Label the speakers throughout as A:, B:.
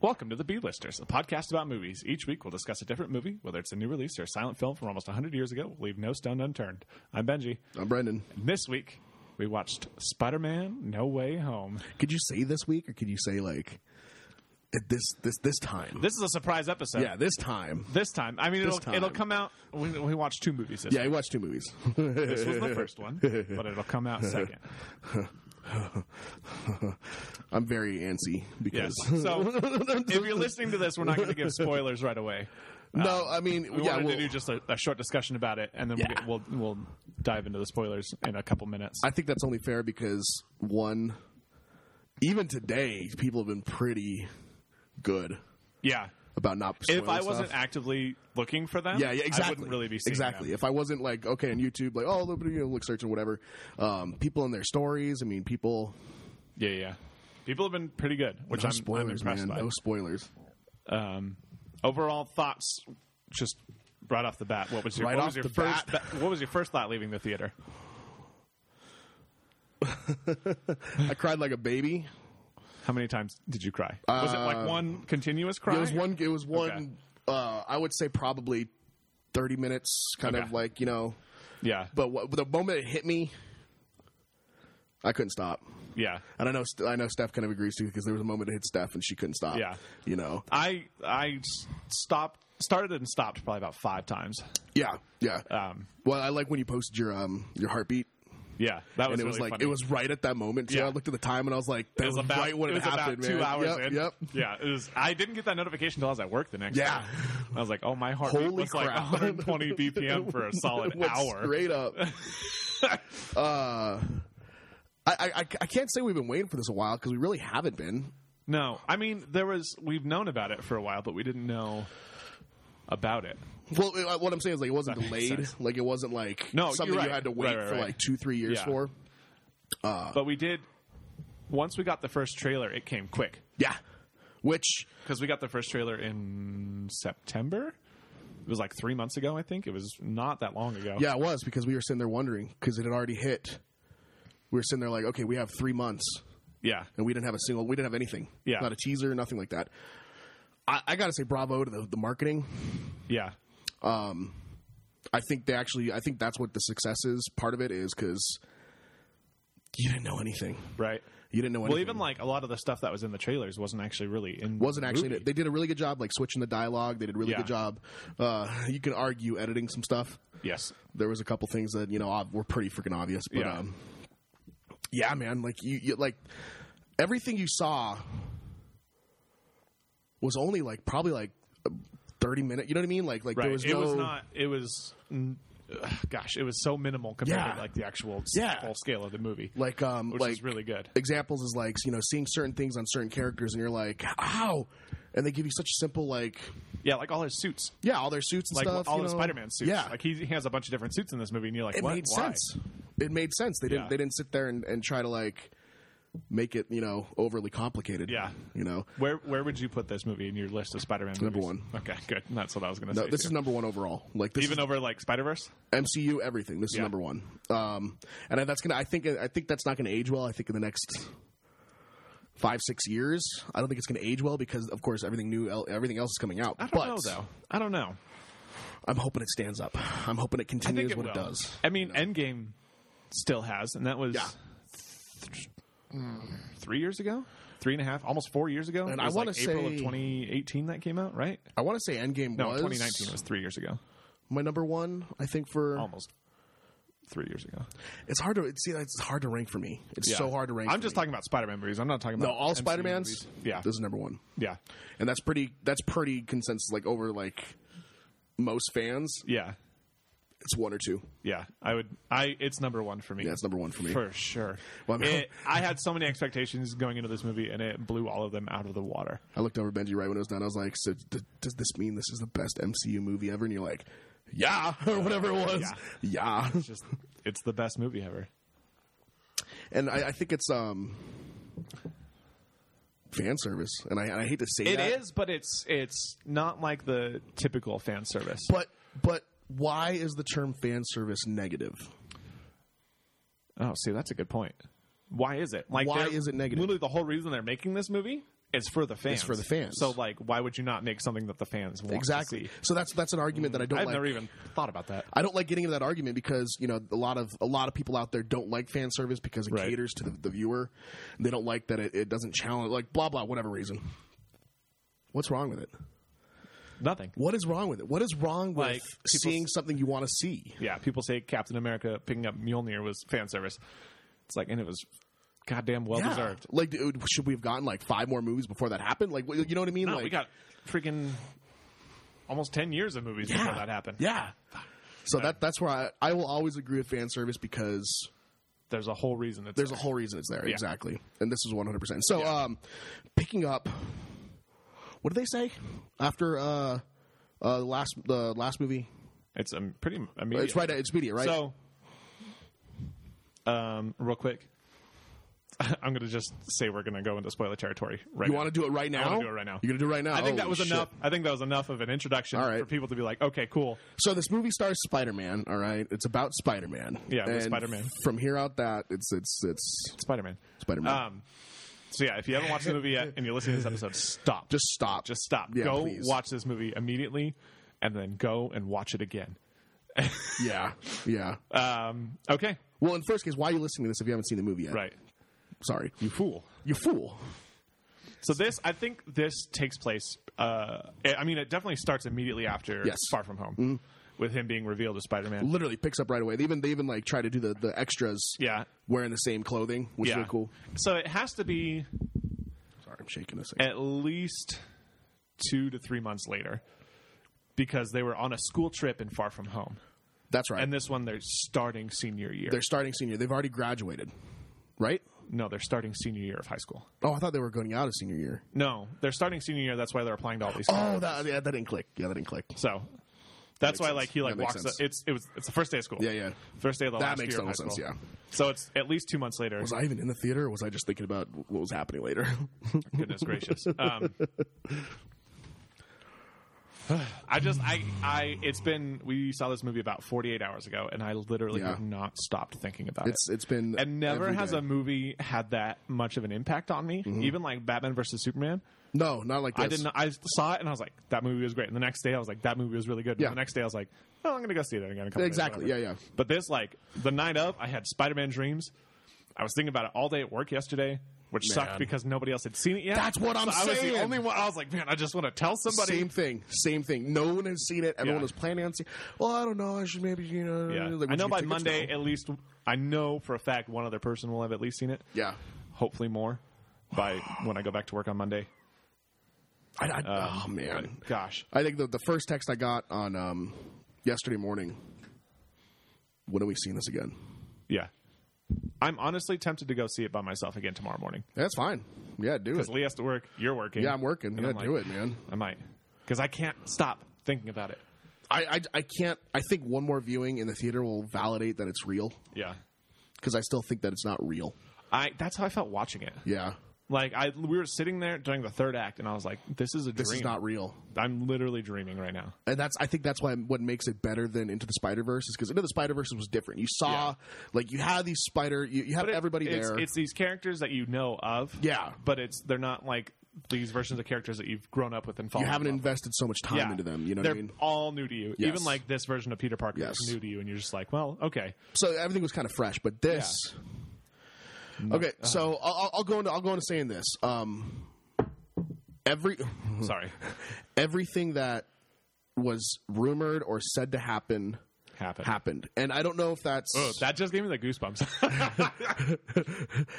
A: Welcome to the B-Listers, a podcast about movies. Each week we'll discuss a different movie, whether it's a new release or a silent film from almost 100 years ago. We'll leave no stone unturned. I'm Benji.
B: I'm Brendan.
A: And this week we watched Spider-Man No Way Home.
B: Could you say this week, or could you say like at this this this time?
A: This is a surprise episode.
B: yeah, this time.
A: This time. I mean, it'll,
B: time.
A: it'll come out. We, we watched two movies this
B: Yeah, I watched two movies.
A: This was the first one, but it'll come out second.
B: I'm very antsy
A: Yes.
B: because
A: So if you're listening to this, we're not going to give spoilers right away.
B: no, I mean
A: We
B: yeah,
A: wanted
B: well,
A: to do just a, a short discussion about it, and then
B: Yeah.
A: we'll, we'll we'll dive into the spoilers in a couple minutes.
B: I think that's only fair because one, even today, people have been pretty good
A: yeah.
B: about not.
A: If
B: spoiling
A: I wasn't
B: stuff.
A: actively looking for them,
B: Yeah, yeah,
A: I
B: exactly.
A: wouldn't really be seeing
B: exactly.
A: them.
B: If I wasn't like okay on YouTube, like oh, look, you know, look search or whatever. Um, people in their stories. I mean, people.
A: Yeah, yeah. People have been pretty good, which
B: No
A: I'm, I'm
B: spoilers,
A: impressed
B: man.
A: by.
B: No spoilers.
A: Um, overall thoughts, just right off the bat. What was your
B: Right
A: what
B: off
A: was your
B: the
A: first
B: bat.
A: ba- what was your first thought leaving the theater?
B: I cried like a baby.
A: How many times did you cry? was it like one continuous cry?
B: Uh, It was one. It was one.
A: Okay.
B: Uh, I would say probably thirty minutes, kind
A: Okay.
B: of like you know.
A: Yeah,
B: But what, the moment it hit me, I couldn't stop.
A: yeah.
B: And I know St- I know Steph kind of agrees too because there was a moment it hit Steph and she couldn't stop.
A: Yeah.
B: you know.
A: I I s- stopped, started and stopped probably about five times.
B: Yeah, yeah.
A: Um,
B: well, I like when you posted your um your heartbeat.
A: yeah, that was
B: And it was
A: really
B: like
A: funny.
B: it was right at that moment. too.
A: Yeah.
B: I looked at the time and I was like, that
A: It
B: was,
A: was about
B: right when it,
A: was
B: happened.
A: about two
B: man.
A: hours
B: Yep,
A: in.
B: Yep.
A: Yeah, it was. I didn't get that notification until I was at work the next.
B: Yeah.
A: day. I was like, oh my heart Holy
B: Holy
A: was like
B: crap.
A: 120 BPM for a solid
B: Went
A: hour.
B: Straight up. uh, I, I I I can't say we've been waiting for this a while because we really haven't been.
A: No, I mean there was. We've known about it for a while, but we didn't know about it.
B: Well, it- uh, what I'm saying is like it wasn't
A: That makes
B: delayed.
A: sense.
B: Like it wasn't like
A: No, you're
B: something
A: right.
B: you had to wait
A: Right, right,
B: for
A: right.
B: like two three years
A: Yeah.
B: for.
A: but we did. Once we got the first trailer, it came quick
B: Yeah, which
A: because we got the first trailer in September. It was like three months ago, I think. It was not that long ago.
B: yeah it was because we were sitting there wondering because it had already hit. We were sitting there like, okay, we have three months.
A: yeah,
B: and we didn't have a single we didn't have anything
A: Yeah.
B: not a teaser nothing like that i, I gotta say bravo to the, the marketing
A: yeah.
B: i think they actually i think that's what the success is part of it is because you didn't know anything
A: Right.
B: you didn't know anything
A: Well, even like a lot of the stuff that was in the trailers wasn't actually really in.
B: wasn't
A: the
B: actually
A: movie.
B: they did a really good job like switching the dialogue they did a really
A: Yeah.
B: good job uh, you can argue editing some stuff
A: Yes.
B: there was a couple things that you know ob- were pretty freaking obvious but
A: Yeah.
B: um yeah man like you, you like everything you saw was only like probably like a 30 minute you know what i mean like like
A: Right.
B: there was
A: it
B: no
A: was not. It was. mm, ugh, gosh, it was so minimal compared
B: Yeah.
A: to like the actual s-
B: Yeah.
A: full scale of the movie,
B: like um
A: which
B: like
A: is really good.
B: examples is like you know seeing certain things on certain characters and you're like how and they give you such simple like
A: Yeah, like all his suits.
B: yeah all their suits and
A: like
B: stuff
A: all
B: you
A: the
B: know?
A: Spider-Man suits.
B: yeah
A: like he, he has a bunch of different suits in this movie, and you're like,
B: it
A: what?
B: made
A: Why?
B: sense. It made sense. They didn't
A: Yeah.
B: they didn't sit there and, and try to like make it you know overly complicated.
A: Yeah.
B: you know.
A: Where Where would you put this movie in your list of Spider-Man?
B: Number
A: movies? Okay, good. That's what I was going to
B: No,
A: say.
B: this
A: too.
B: is number one overall. Like this
A: even
B: is
A: over like Spider-Verse.
B: MCU everything. This is
A: Yeah.
B: number one. Um, and that's gonna. I think. I think that's not gonna age well. I think in the next five six years, I don't think it's gonna age well because of course everything new, el- everything else is coming out.
A: I don't
B: but
A: know though. I don't know.
B: I'm hoping it stands up. I'm hoping it
A: I think
B: continues
A: it
B: what
A: will.
B: it does.
A: I mean, Endgame still has, and that was
B: Yeah.
A: th- three years ago, three and a half, almost four years ago. It
B: And I
A: was,
B: wanna
A: like April of
B: say-
A: 2018 that came out, right?
B: I want to say Endgame
A: No,
B: was
A: 2019 was Oh. three years ago,
B: my number one. I think for
A: almost three years ago.
B: it's hard to it's, see. It's hard to rank for me. It's so hard to rank.
A: I'm
B: for
A: just
B: me.
A: talking about Spider-Man movies. I'm not talking
B: No,
A: about
B: all
A: MCU
B: Spider Mans.
A: movies. Yeah,
B: this is number one,
A: yeah,
B: and that's pretty. That's pretty consensus. Like over like most fans,
A: yeah,
B: it's one or two.
A: yeah. I would. I. It's number one for me.
B: Yeah, it's number one for me.
A: for sure.
B: Well, I mean-
A: It- I had so many expectations going into this movie, and it blew all of them out of the water.
B: I looked over Benji right when it was done. I was like, "So d- does this mean this is the best MCU movie ever?" And you're like, "Yeah," or whatever it was. Yeah,
A: It's just, it's the best movie ever.
B: and I, I think it's um fan service, and I, and I hate to say
A: It is,
B: that,
A: but it's it's not like the typical fan service.
B: but but why is the term fan service negative?
A: oh, see, that's a good point. Why is it? Like,
B: Why
A: they're-
B: is it negative?
A: Literally, the whole reason they're making this movie it's for the fans.
B: for the fans.
A: So like, why would you not make something that the fans want to
B: exactly.
A: see?
B: So that's that's an argument that I don't
A: Mm, I've
B: like.
A: never even thought about that.
B: I don't like getting into that argument because you know a lot of a lot of people out there don't like fan service because it
A: Right.
B: caters to the, the viewer. They don't like that it, it doesn't challenge like blah blah whatever reason. What's wrong with it?
A: Nothing.
B: What is wrong with it? What is wrong with
A: Like, people-
B: seeing something you want to see?
A: Yeah, people say Captain America picking up Mjolnir was fan service. It's like, and it was goddamn well deserved.
B: Like, dude, should we have gotten like five more movies before that happened? Like, you know what I mean?
A: No,
B: like,
A: we got freaking almost ten years of movies before that happened.
B: Yeah. So that that's where I, I will always agree with fan service because
A: there's a whole reason. It's
B: there's a whole reason it's there exactly, and this is 100. percent So, um, picking up, what did they say after uh, uh, last the last movie?
A: It's um, pretty immediate.
B: It's right. It's media, right?
A: So, um, real quick, I'm gonna just say we're gonna go into spoiler territory. Right.
B: you
A: now.
B: want to do it right now?
A: I wanna do it right now.
B: You're gonna do it right now.
A: I think that
B: Holy
A: was
B: shit.
A: enough. I think that was enough of an introduction
B: All right.
A: for people to be like, okay, cool.
B: So this movie stars Spider Man. All right, it's about Spider Man.
A: Yeah, it was Spider-Man.
B: From here out, that it's it's it's
A: Spider Man.
B: Spider Man.
A: Um, so yeah, if you haven't watched the movie yet and you're listening to this episode, stop.
B: just stop.
A: just stop.
B: Yeah,
A: go
B: please.
A: watch this movie immediately, and then go and watch it again.
B: yeah, yeah.
A: Um, okay.
B: Well, in first case, why are you listening to this if you haven't seen the movie yet?
A: Right.
B: Sorry,
A: You fool.
B: you fool.
A: So this, I think this takes place. Uh, I I mean, it definitely starts immediately after
B: Yes. Mm-hmm.
A: Far From Home, with him being revealed as Spider Man.
B: Literally picks up right away. They even they even like try to do the the extras.
A: Yeah,
B: wearing the same clothing, which is
A: yeah.
B: really cool.
A: So it has to be
B: Sorry, I'm shaking this.
A: at least two to three months later, because they were on a school trip and Far From Home,
B: That's right.
A: and this one they're starting senior year.
B: they're starting senior. They've already graduated, right?
A: no, they're starting senior year of high school.
B: Oh, I thought they were going out of senior year.
A: No, they're starting senior year. That's why they're applying to all these.
B: Oh, that yeah, that didn't click. Yeah, that didn't click.
A: So that's
B: makes
A: why,
B: sense.
A: like, he like
B: That makes
A: walks.
B: sense.
A: Up, it's it was it's the first day of school.
B: Yeah, yeah.
A: First day of the
B: That
A: last
B: makes
A: year of high
B: total sense,
A: school.
B: yeah.
A: So it's at least two months later.
B: Was I even in the theater, or was I just thinking about what was happening later?
A: Goodness gracious. Um, I just I I it's been we saw this movie about 48 hours ago and I literally
B: Yeah.
A: have not stopped thinking about
B: it's
A: it.
B: it's been
A: And never
B: every
A: has
B: day. Mm-hmm.
A: a movie had that much of an impact on me. Even like Batman versus Superman,
B: no, not like this.
A: I didn't. I saw it and I was like, "That movie was great." And the next day, I was like, "That movie was really good." And
B: Yeah.
A: The next day, I was like, "Oh, I'm gonna go see it again." A couple days,
B: Exactly.
A: whatever."
B: Yeah, yeah.
A: But this, like, the night of, I had Spider-Man dreams. I was thinking about it all day at work yesterday, which sucked because nobody else had seen it yet.
B: That's what I'm
A: So I was
B: saying.
A: the only one. I was like, "Man, I just want to tell somebody."
B: Same thing. Same thing. No one has seen it. Everyone
A: Yeah.
B: was planning on seeing. Well, I don't know. I should maybe you know.
A: Yeah.
B: like, would
A: I
B: you
A: know
B: get
A: by
B: tickets?
A: Monday,
B: No.
A: at least, I know for a fact one other person will have at least seen it.
B: Yeah.
A: Hopefully, more by when I go back to work on Monday.
B: I, I,
A: Uh,
B: oh man.
A: Gosh.
B: I think the the first text I got on um, yesterday morning. When have we seen this again?
A: Yeah. I'm honestly tempted to go see it by myself again tomorrow morning.
B: That's fine. Yeah, do it.
A: Because Lee has to work. You're working.
B: Yeah, I'm working.
A: And
B: yeah,
A: I'm like,
B: do it, man.
A: I might. Because I can't stop thinking about it.
B: I, I I can't. I think one more viewing in the theater will validate that it's real
A: Yeah.
B: because I still think that it's not real.
A: I that's how I felt watching it.
B: Yeah,
A: Like I we were sitting there during the third act and I was like, this is a dream.
B: this is not real,
A: I'm literally dreaming right now.
B: and that's I think that's why what makes it better than Into the Spider Verse is because Into the Spider Verse was different. You saw
A: Yeah.
B: like you had these spider, you, you had
A: But it-
B: everybody
A: it's,
B: there.
A: It's these characters that you know of.
B: Yeah.
A: But it's they're not like these versions of characters that you've grown up with and
B: you
A: fallen.
B: haven't
A: in love with.
B: invested so much time
A: Yeah.
B: into them. You know
A: they're
B: what I mean?
A: all new to you.
B: Yes.
A: Even like this version of Peter Parker
B: Yes.
A: is new to you, and you're just like, well, okay.
B: so everything was kind of fresh. But this, Mm, okay.
A: Uh-huh.
B: So I'll, I'll- I'll go into I'll go into saying this. Um, every
A: Sorry,
B: everything that was rumored or said to happen
A: happened.
B: happened, and I don't know if that's
A: Oh, that just gave me the goosebumps.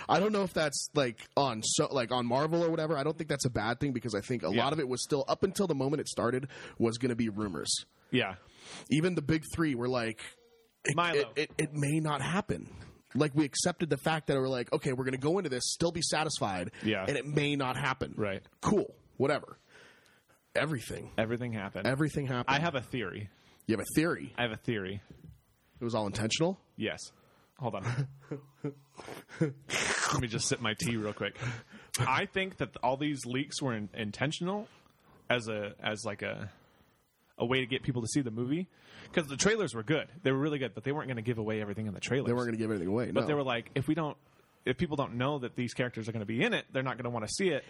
B: I don't know if that's like on so like on Marvel or whatever. I don't think that's a bad thing because I think a
A: Yeah.
B: lot of it was still up until the moment it started was going to be rumors.
A: yeah,
B: Even the big three were like,
A: Milo.
B: it, it, it may not happen. Like we accepted the fact that we're like, okay, we're going to go into this, still be satisfied,
A: Yeah.
B: and it may not happen.
A: Right.
B: Cool. Whatever. Everything.
A: Everything happened.
B: Everything happened.
A: I have a theory.
B: you have a theory.
A: I have a theory.
B: It was all intentional.
A: Yes. Hold on. Let me just sip my tea real quick. I think that all these leaks were in, intentional as a as like a a way to get people to see the movie because the trailers were good. They were really good, but they weren't going to give away everything in the trailers.
B: They weren't going to give anything away. no.
A: But they were like, if we don't, if people don't know that these characters are going to be in it, they're not going to want to see it.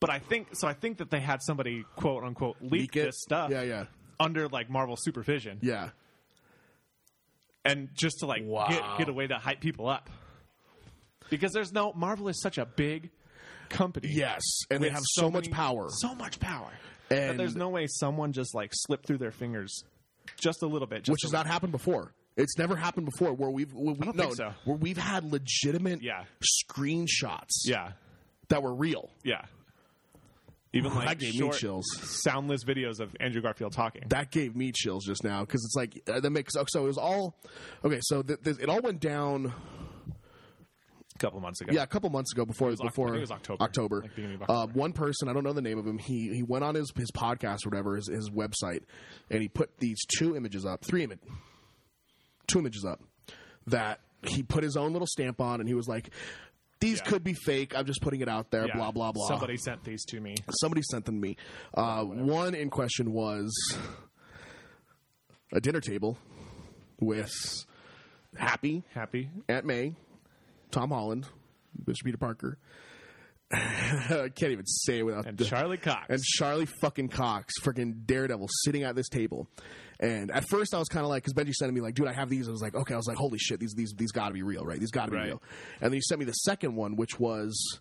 A: But I think so. I think that they had somebody quote unquote leak
B: Leak it?
A: this stuff.
B: Yeah, yeah.
A: Under like Marvel supervision,
B: Yeah.
A: and just to like
C: Wow.
A: get get away to hype people up, because there's no Marvel is such a big company.
B: Yes, and they
A: with
B: have so, much
A: many-
B: power.
A: so much power. that
B: And-
A: there's no way someone just like slipped through their fingers just a little bit, just
B: which
A: a
B: has not happened before. It's never happened before where we've where we,
A: don't
B: no,
A: think so.
B: where we've had legitimate
A: Yeah.
B: screenshots
A: Yeah,
B: that were real.
A: yeah. Even like
B: that gave
A: short,
B: me chills.
A: soundless videos of Andrew Garfield talking.
B: That gave me chills just now because it's like uh, that makes so it was all okay. So th- th- it all went down.
A: a couple months ago.
B: Yeah, a couple months ago before
A: Oc-
B: before
A: I think it was October. Like, beginning of
B: Uh,
A: October.
B: one person I don't know the name of him. He he went on his his podcast or whatever his, his website, and he put these two images up, three images, two images up that he put his own little stamp on, and he was like, "These
A: Yeah.
B: could be fake. I'm just putting it out there."
A: Yeah.
B: Blah blah blah.
A: Somebody sent these to me.
B: somebody sent them to me. Uh, one in question was a dinner table with Happy
A: Happy.
B: Aunt May, Tom Holland, Mr. Peter Parker. I can't even say it without
A: And
B: the-
A: Charlie Cox.
B: and Charlie fucking Cox, freaking Daredevil, sitting at this table. And at first, I was kind of like, because Benji sent me like, dude, I have these. I was like, okay, I was like, holy shit, these these these got to be real, right? These got to be
A: Right.
B: real. And then you sent me the second one, which was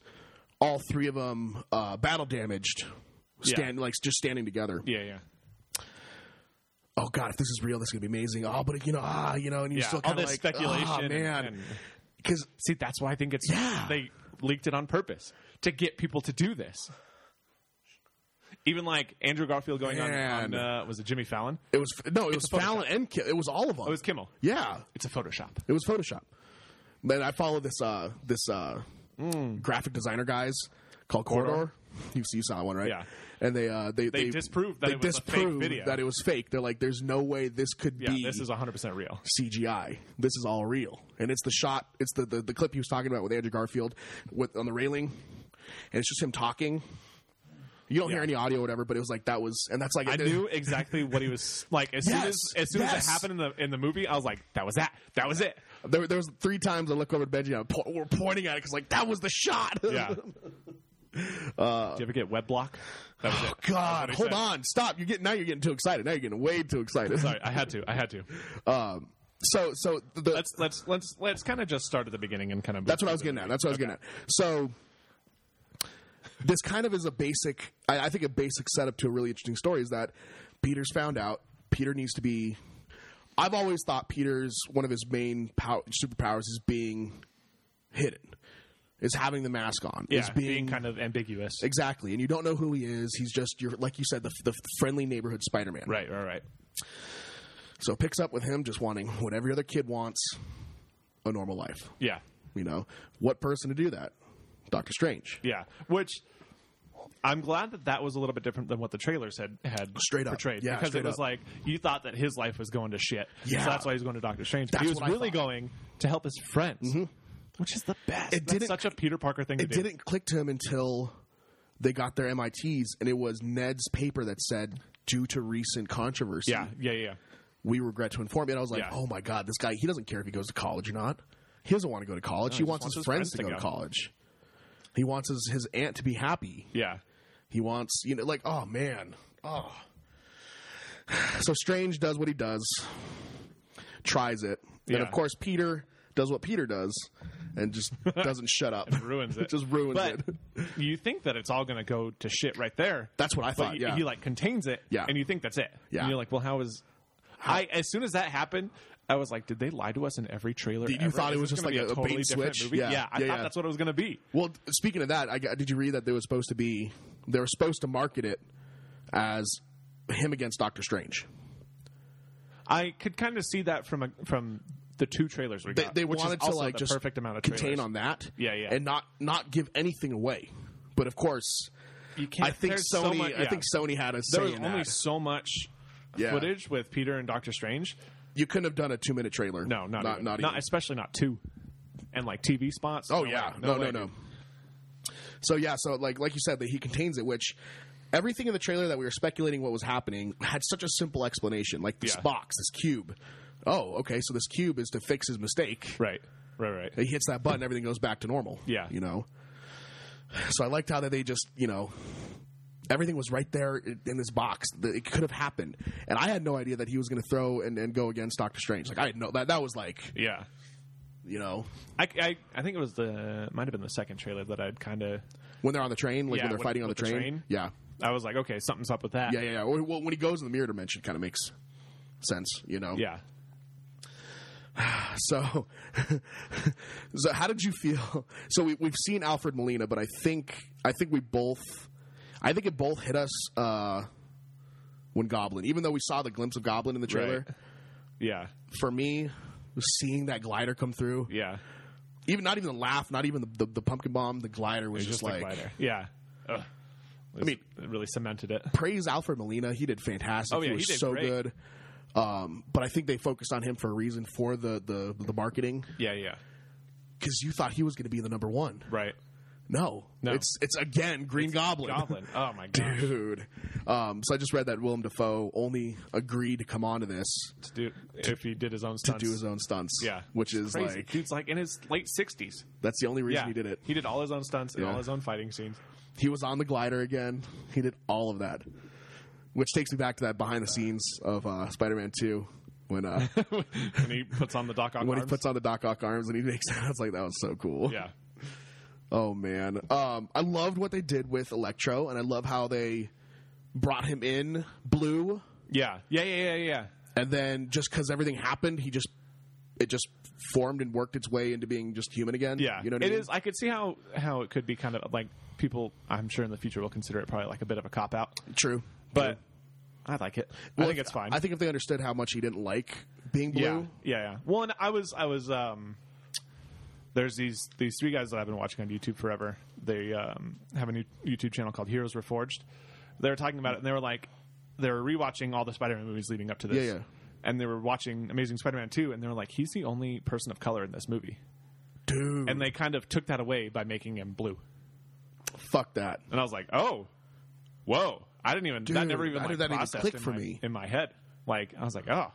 B: all three of them uh, battle damaged, stand like just standing together.
A: yeah, yeah.
B: Oh god, if this is real, this is gonna be amazing. Oh, but you know, ah, you know, and you're
A: Yeah.
B: still
A: All
B: kind of
A: this
B: like,
A: speculation.
B: ah,
A: and-
B: man,
A: and-
B: because
A: see, that's why I think it's
B: Yeah.
A: they leaked it on purpose to get people to do this. Even like Andrew Garfield going on, on
B: Man.
A: uh, was it Jimmy Fallon?
B: it was no, it was
A: a Photoshop.
B: Fallon and Ki- it was all of them.
A: Oh, it was Kimmel.
B: yeah,
A: It's a Photoshop.
B: It was Photoshop. Then I follow this uh this uh
A: Hmm.
B: graphic designer guys called Corridor. You you saw one right?
A: Yeah.
B: And they uh they
A: They disproved that
B: they
A: it was a fake
B: disproved
A: video.
B: that it was fake. They're like, there's no way this could
A: Yeah,
B: be
A: this is 100% real.
B: CGI. This is all real. And it's the shot. It's the the, the clip he was talking about with Andrew Garfield with on the railing, and it's just him talking. You don't hear
A: Yeah.
B: any audio, or whatever, but it was like that was, and that's like
A: I knew exactly what he was like as soon
B: Yes,
A: as as soon as
B: yes.
A: it happened in the in the movie. I was like, that was that. That was it.
B: There, there was three times I look over at Benji and I po- we're pointing at it because like that was the shot.
A: Yeah. Do you ever get web block? That was
B: Oh
A: it.
B: God!
A: he
B: Hold
A: said.
B: on! Stop! You get now. You're getting too excited. Now you're getting way too excited.
A: Sorry, I had to. I had to.
B: Um, so, so the,
A: Let's let's let's let's kind of just start at the beginning and kind of.
B: that's what I was getting at. That's what I was getting at. So, this kind of is a basic. I, I think a basic setup to a really interesting story is that Peter's found out. Peter needs to be. I've always thought Peter's one of his main pow- superpowers is being hidden, is having the mask on,
A: Yeah,
B: is
A: being, kind of ambiguous.
B: exactly, and you don't know who he is. He's just you're like you said the, the friendly neighborhood Spider-Man,
A: Right, right, right.
B: So it picks up with him just wanting what every other kid wants a normal life.
A: Yeah,
B: You know, what person to do that? Doctor Strange.
A: yeah. Which I'm glad that that was a little bit different than what the trailers had had
B: Straight up.
A: portrayed
B: Yeah,
A: because
B: straight
A: it was
B: up.
A: like you thought that his life was going to shit.
B: Yeah.
A: so that's why he's going to Doctor Strange. But he
B: That's
A: was
B: what I
A: really
B: thought. Mm-hmm.
A: going to help his friends, which is the best.
B: It
A: That's
B: didn't-
A: such a Peter Parker thing
B: It
A: to do.
B: didn't click to him until they got their MITs, and it was Ned's paper that said, due to recent controversy,
A: Yeah, yeah, yeah.
B: we regret to inform you. And I was like,
A: Yeah.
B: oh my God, this guy, he doesn't care if he goes to college or not. He doesn't want to go to college. he
A: just
B: wants, his, friends, to go, to college. He wants his, his aunt to be happy.
A: Yeah,
B: He wants, you know, like, oh man, oh. So Strange does what he does, tries it,
A: Yeah.
B: and of course Peter does what Peter does, and just doesn't shut up,
A: ruins it.
B: just ruins
A: but
B: it.
A: you think that it's all going to go to shit right there.
B: That's what I
A: but
B: thought.
A: he,
B: yeah,
A: he like contains it,
B: Yeah.
A: and you think that's it.
B: Yeah.
A: and you're like, well, how is? I as soon as that happened, I was like, did they lie to us in every trailer?
B: You
A: ever?
B: thought it
A: Is
B: was
A: this
B: just
A: gonna
B: like
A: be
B: a- a
A: totally
B: bait and
A: different
B: switch?
A: Movie?
B: Yeah.
A: I
B: Yeah,
A: thought
B: yeah.
A: that's what it was going to be.
B: well, speaking of that, I, got- did you read that they were supposed to be they were supposed to market it as him against Doctor Strange?
A: I could kind of see that from a, from the two trailers we
B: They,
A: got.
B: they
A: which is
B: wanted to
A: also
B: like
A: the
B: just
A: perfect amount of
B: contain
A: trailers.
B: on that,
A: Yeah, yeah.
B: and not not give anything away. But of course,
A: You can't,
B: I think
A: there's so
B: Sony.
A: much-
B: I
A: yeah.
B: think Sony had a say
A: there was
B: in
A: only
B: that.
A: so much
B: Yeah.
A: footage with Peter and Doctor Strange.
B: You couldn't have done a two minute trailer.
A: No, not
B: not,
A: even.
B: not even.
A: especially not two, and like TV spots.
B: oh
A: No
B: yeah,
A: way.
B: no,
A: way,
B: no, no,
A: dude.
B: So yeah, so like like you said, that he contains it, which everything in the trailer that we were speculating what was happening had such a simple explanation, like this
A: Yeah.
B: box, this cube. Oh, okay, so this cube is to fix his mistake.
A: Right, right, right.
B: He hits that button, everything goes back to normal.
A: Yeah.
B: you know. So I liked how that they just, you know, everything was right there in this box. The- It could have happened, and I had no idea that he was going to throw and, and go against Doctor Strange. Like I didn't know that. That was like,
A: Yeah.
B: you know,
A: I, I, I think it was the might have been the second trailer that I'd kind of
B: when they're on the train, like
A: Yeah,
B: when they're
A: with-
B: fighting on the
A: with the
B: train.
A: train?
B: Yeah,
A: I was like okay something's up with that
B: yeah, yeah. yeah. Well, when he goes in the mirror dimension, kind of makes sense, you know.
A: yeah
B: So, so how did you feel? So we, we've seen Alfred Molina, but I think I think we both, I think it both hit us uh, when Goblin. Even though we saw the glimpse of Goblin in the trailer,
A: Right. yeah
B: for me, seeing that glider come through,
A: yeah
B: even not even the laugh, not even the, the, the pumpkin bomb, the glider was, just,
A: the
B: like
A: glider. yeah. Ugh. I
B: mean-
A: it really cemented it.
B: praise Alfred Molina. He did fantastic.
A: Oh, yeah,
B: he
A: he
B: was
A: did
B: so
A: great.
B: good. Um, but I think they focused on him for a reason for the the, the marketing
A: Yeah, yeah,
B: because you thought he was going to be the number one.
A: right.
B: No,
A: No.
B: it's it's again Green Goblin.
A: Goblin. Oh my gosh,
B: Dude, um, so I just read that Willem Dafoe only agreed to come onto this
A: To do- if he did his own
B: to
A: stunts,
B: do his own stunts.
A: yeah,
B: which is
A: Crazy.
B: like
A: dude's like in his late sixties.
B: that's the only reason
A: Yeah,
B: he did it.
A: He did all his own stunts and
B: Yeah.
A: all his own fighting scenes.
B: He was on the glider again. He did all of that, which takes me back to that behind the scenes of uh, Spider-Man Two when uh,
A: And he puts on the Doc Ock
B: when he
A: arms.
B: puts on the Doc Ock arms and he makes sounds like that was so cool.
A: yeah,
B: Oh man, um, I loved what they did with Electro, and I love how they brought him in blue,
A: yeah, yeah, yeah, yeah, yeah.
B: and then just because everything happened, he just it just formed and worked its way into being just human again.
A: Yeah,
B: you know what
A: it
B: I mean?
A: is- I could see how how it could be kind of like people. I'm sure in the future will consider it probably like a bit of a cop out,
B: true,
A: but I like it. I
B: Well,
A: think
B: if-
A: it's fine.
B: I think if they understood how much he didn't like being blue,
A: Yeah, yeah, yeah. Well, and I was, I was. um There's these these three guys that I've been watching on YouTube forever. They um, have a new YouTube channel called Heroes Reforged. They were talking about it, and they were like, they were rewatching all the Spider-Man movies leading up to this.
B: Yeah, yeah.
A: And they were watching Amazing Spider-Man 2, and they were like, he's the only person of color in this movie.
B: dude,
A: And they kind of took that away by making him blue.
B: fuck that.
A: And I was like, oh, whoa. I didn't even, that
B: Dude,
A: never even,
B: how
A: like,
B: did that even
A: processed
B: click
A: in
B: for
A: my,
B: me?
A: In my head. Like, I was like, oh.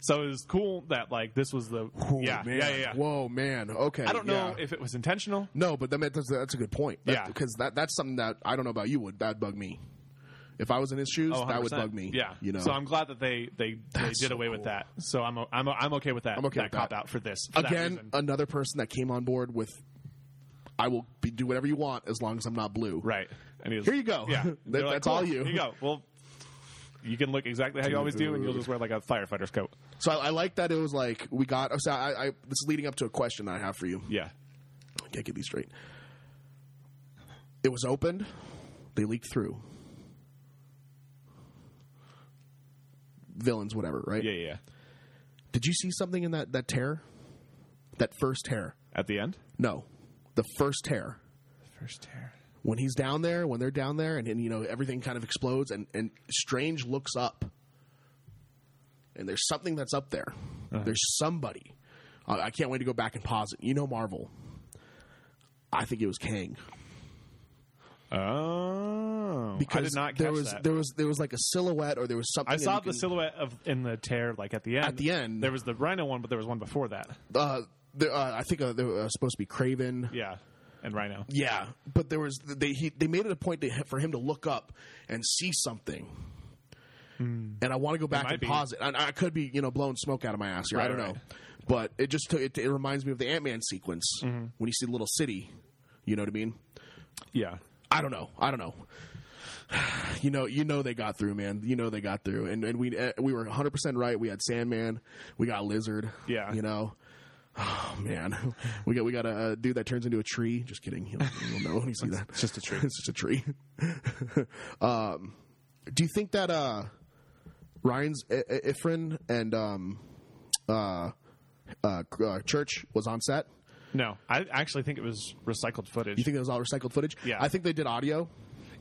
A: So it was cool that, like, this was the,
B: Holy
A: yeah,
B: man.
A: yeah, yeah, yeah.
B: Whoa, man. Okay,
A: I don't know
B: yeah.
A: if it was intentional.
B: No, but that, that's, that's a good point. That,
A: Yeah.
B: because that that's something that I don't know about you would that bug me. If I was in his shoes,
A: Oh,
B: that would
A: 100%.
B: bug me.
A: Yeah.
B: you know.
A: So I'm glad that they, they, they
B: That's
A: did
B: so
A: away
B: cool.
A: with that. So I'm, o- I'm, o- I'm okay with that.
B: I'm okay
A: that
B: with that.
A: cop out for this. for that
B: again uh,
A: reason.
B: another person that came on board with. I will be, do whatever you want as long as I'm not blue.
A: right. And he was,
B: Here you go.
A: Yeah.
B: That-
A: They're like,
B: that's all
A: cool,
B: you.
A: Here you go. Well, you can look exactly how you always do, and you'll just wear like a firefighter's coat.
B: So I, I like that it was like we got. oh, So I, I this is leading up to a question I have for you.
A: Yeah.
B: I can't get these straight. It was opened. They leaked through. Villains, whatever, right?
A: Yeah, yeah, yeah.
B: Did you see something in that that tear? That first tear?
A: At the end?
B: No, the first tear.
A: First tear.
B: When he's down there, when they're down there, and, and you know everything kind of explodes, and and Strange looks up, and there's something that's up there.
A: Uh-huh.
B: There's somebody. I I can't wait to go back and pause it. You know Marvel. I think it was Kang.
A: Oh,
B: because
A: I did not catch
B: there was
A: that.
B: there was there was like a silhouette or there was something.
A: I saw
B: and you
A: the silhouette of in the tear, like at the end.
B: At the end.
A: there was the Rhino one, but there was one before that.
B: can- Uh, there, uh, I think uh, there was supposed to be Craven.
A: Yeah, and Rhino.
B: Yeah, but there was they he, they made it a point to, for him to look up and see something. And I want to go back
A: Hmm. might
B: and
A: be.
B: pause it. And I, could be, you know, blowing smoke out of my ass here.
A: Right,
B: I don't
A: right.
B: know, but it just took, it, it reminds me of the Ant Man sequence
A: Mm-hmm.
B: when you see the little city. You know what I mean?
A: Yeah,
B: I don't know. I don't know. You know, you know they got through, man. You know they got through, and and we eh, we were 100 percent right. We had Sandman, we got Lizard,
A: Yeah.
B: You know, oh man, we got we got a, a dude that turns into a tree. Just kidding, you'll, you'll know when you see that. It's
A: just a tree.
B: it's just a tree. um, do you think that uh, Ryan's I- I- Ifrin and um, uh, uh, uh, Church was on set?
A: no, I actually think it was recycled footage.
B: You think it was all recycled footage?
A: Yeah.
B: I think they did audio.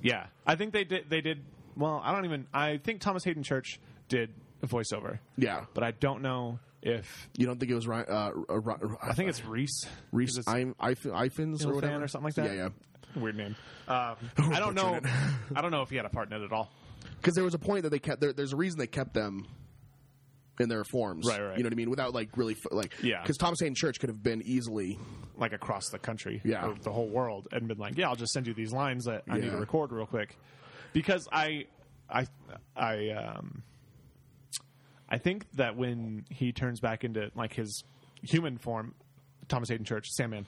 A: yeah, I think they did. They did. Well, I don't even. I think Thomas Hayden Church did a voiceover,
B: Yeah,
A: but I don't know if.
B: You don't think it was Ryan? Uh, uh, Ry-
A: I think it's Reese.
B: Reese
A: 'Cause it's
B: I'm, Ife- Ifans or
A: Ilfan
B: whatever
A: or something like that?
B: Yeah, yeah.
A: weird name. Um, I don't know.
B: butchering
A: I don't know if he had a part in it at all.
B: Because there was a point that they kept. There, there's a reason they kept them in their forms.
A: Right, right.
B: You know what I mean? Without like really f- like
A: Yeah.
B: Because Thomas Hayden Church could have been easily
A: like across the country,
B: Yeah.
A: or the whole world, and been like, "Yeah, I'll just send you these lines that I need
B: Yeah.
A: to record real quick," because I, I, I, um, I think that when he turns back into like his human form, Thomas Hayden Church, Sandman,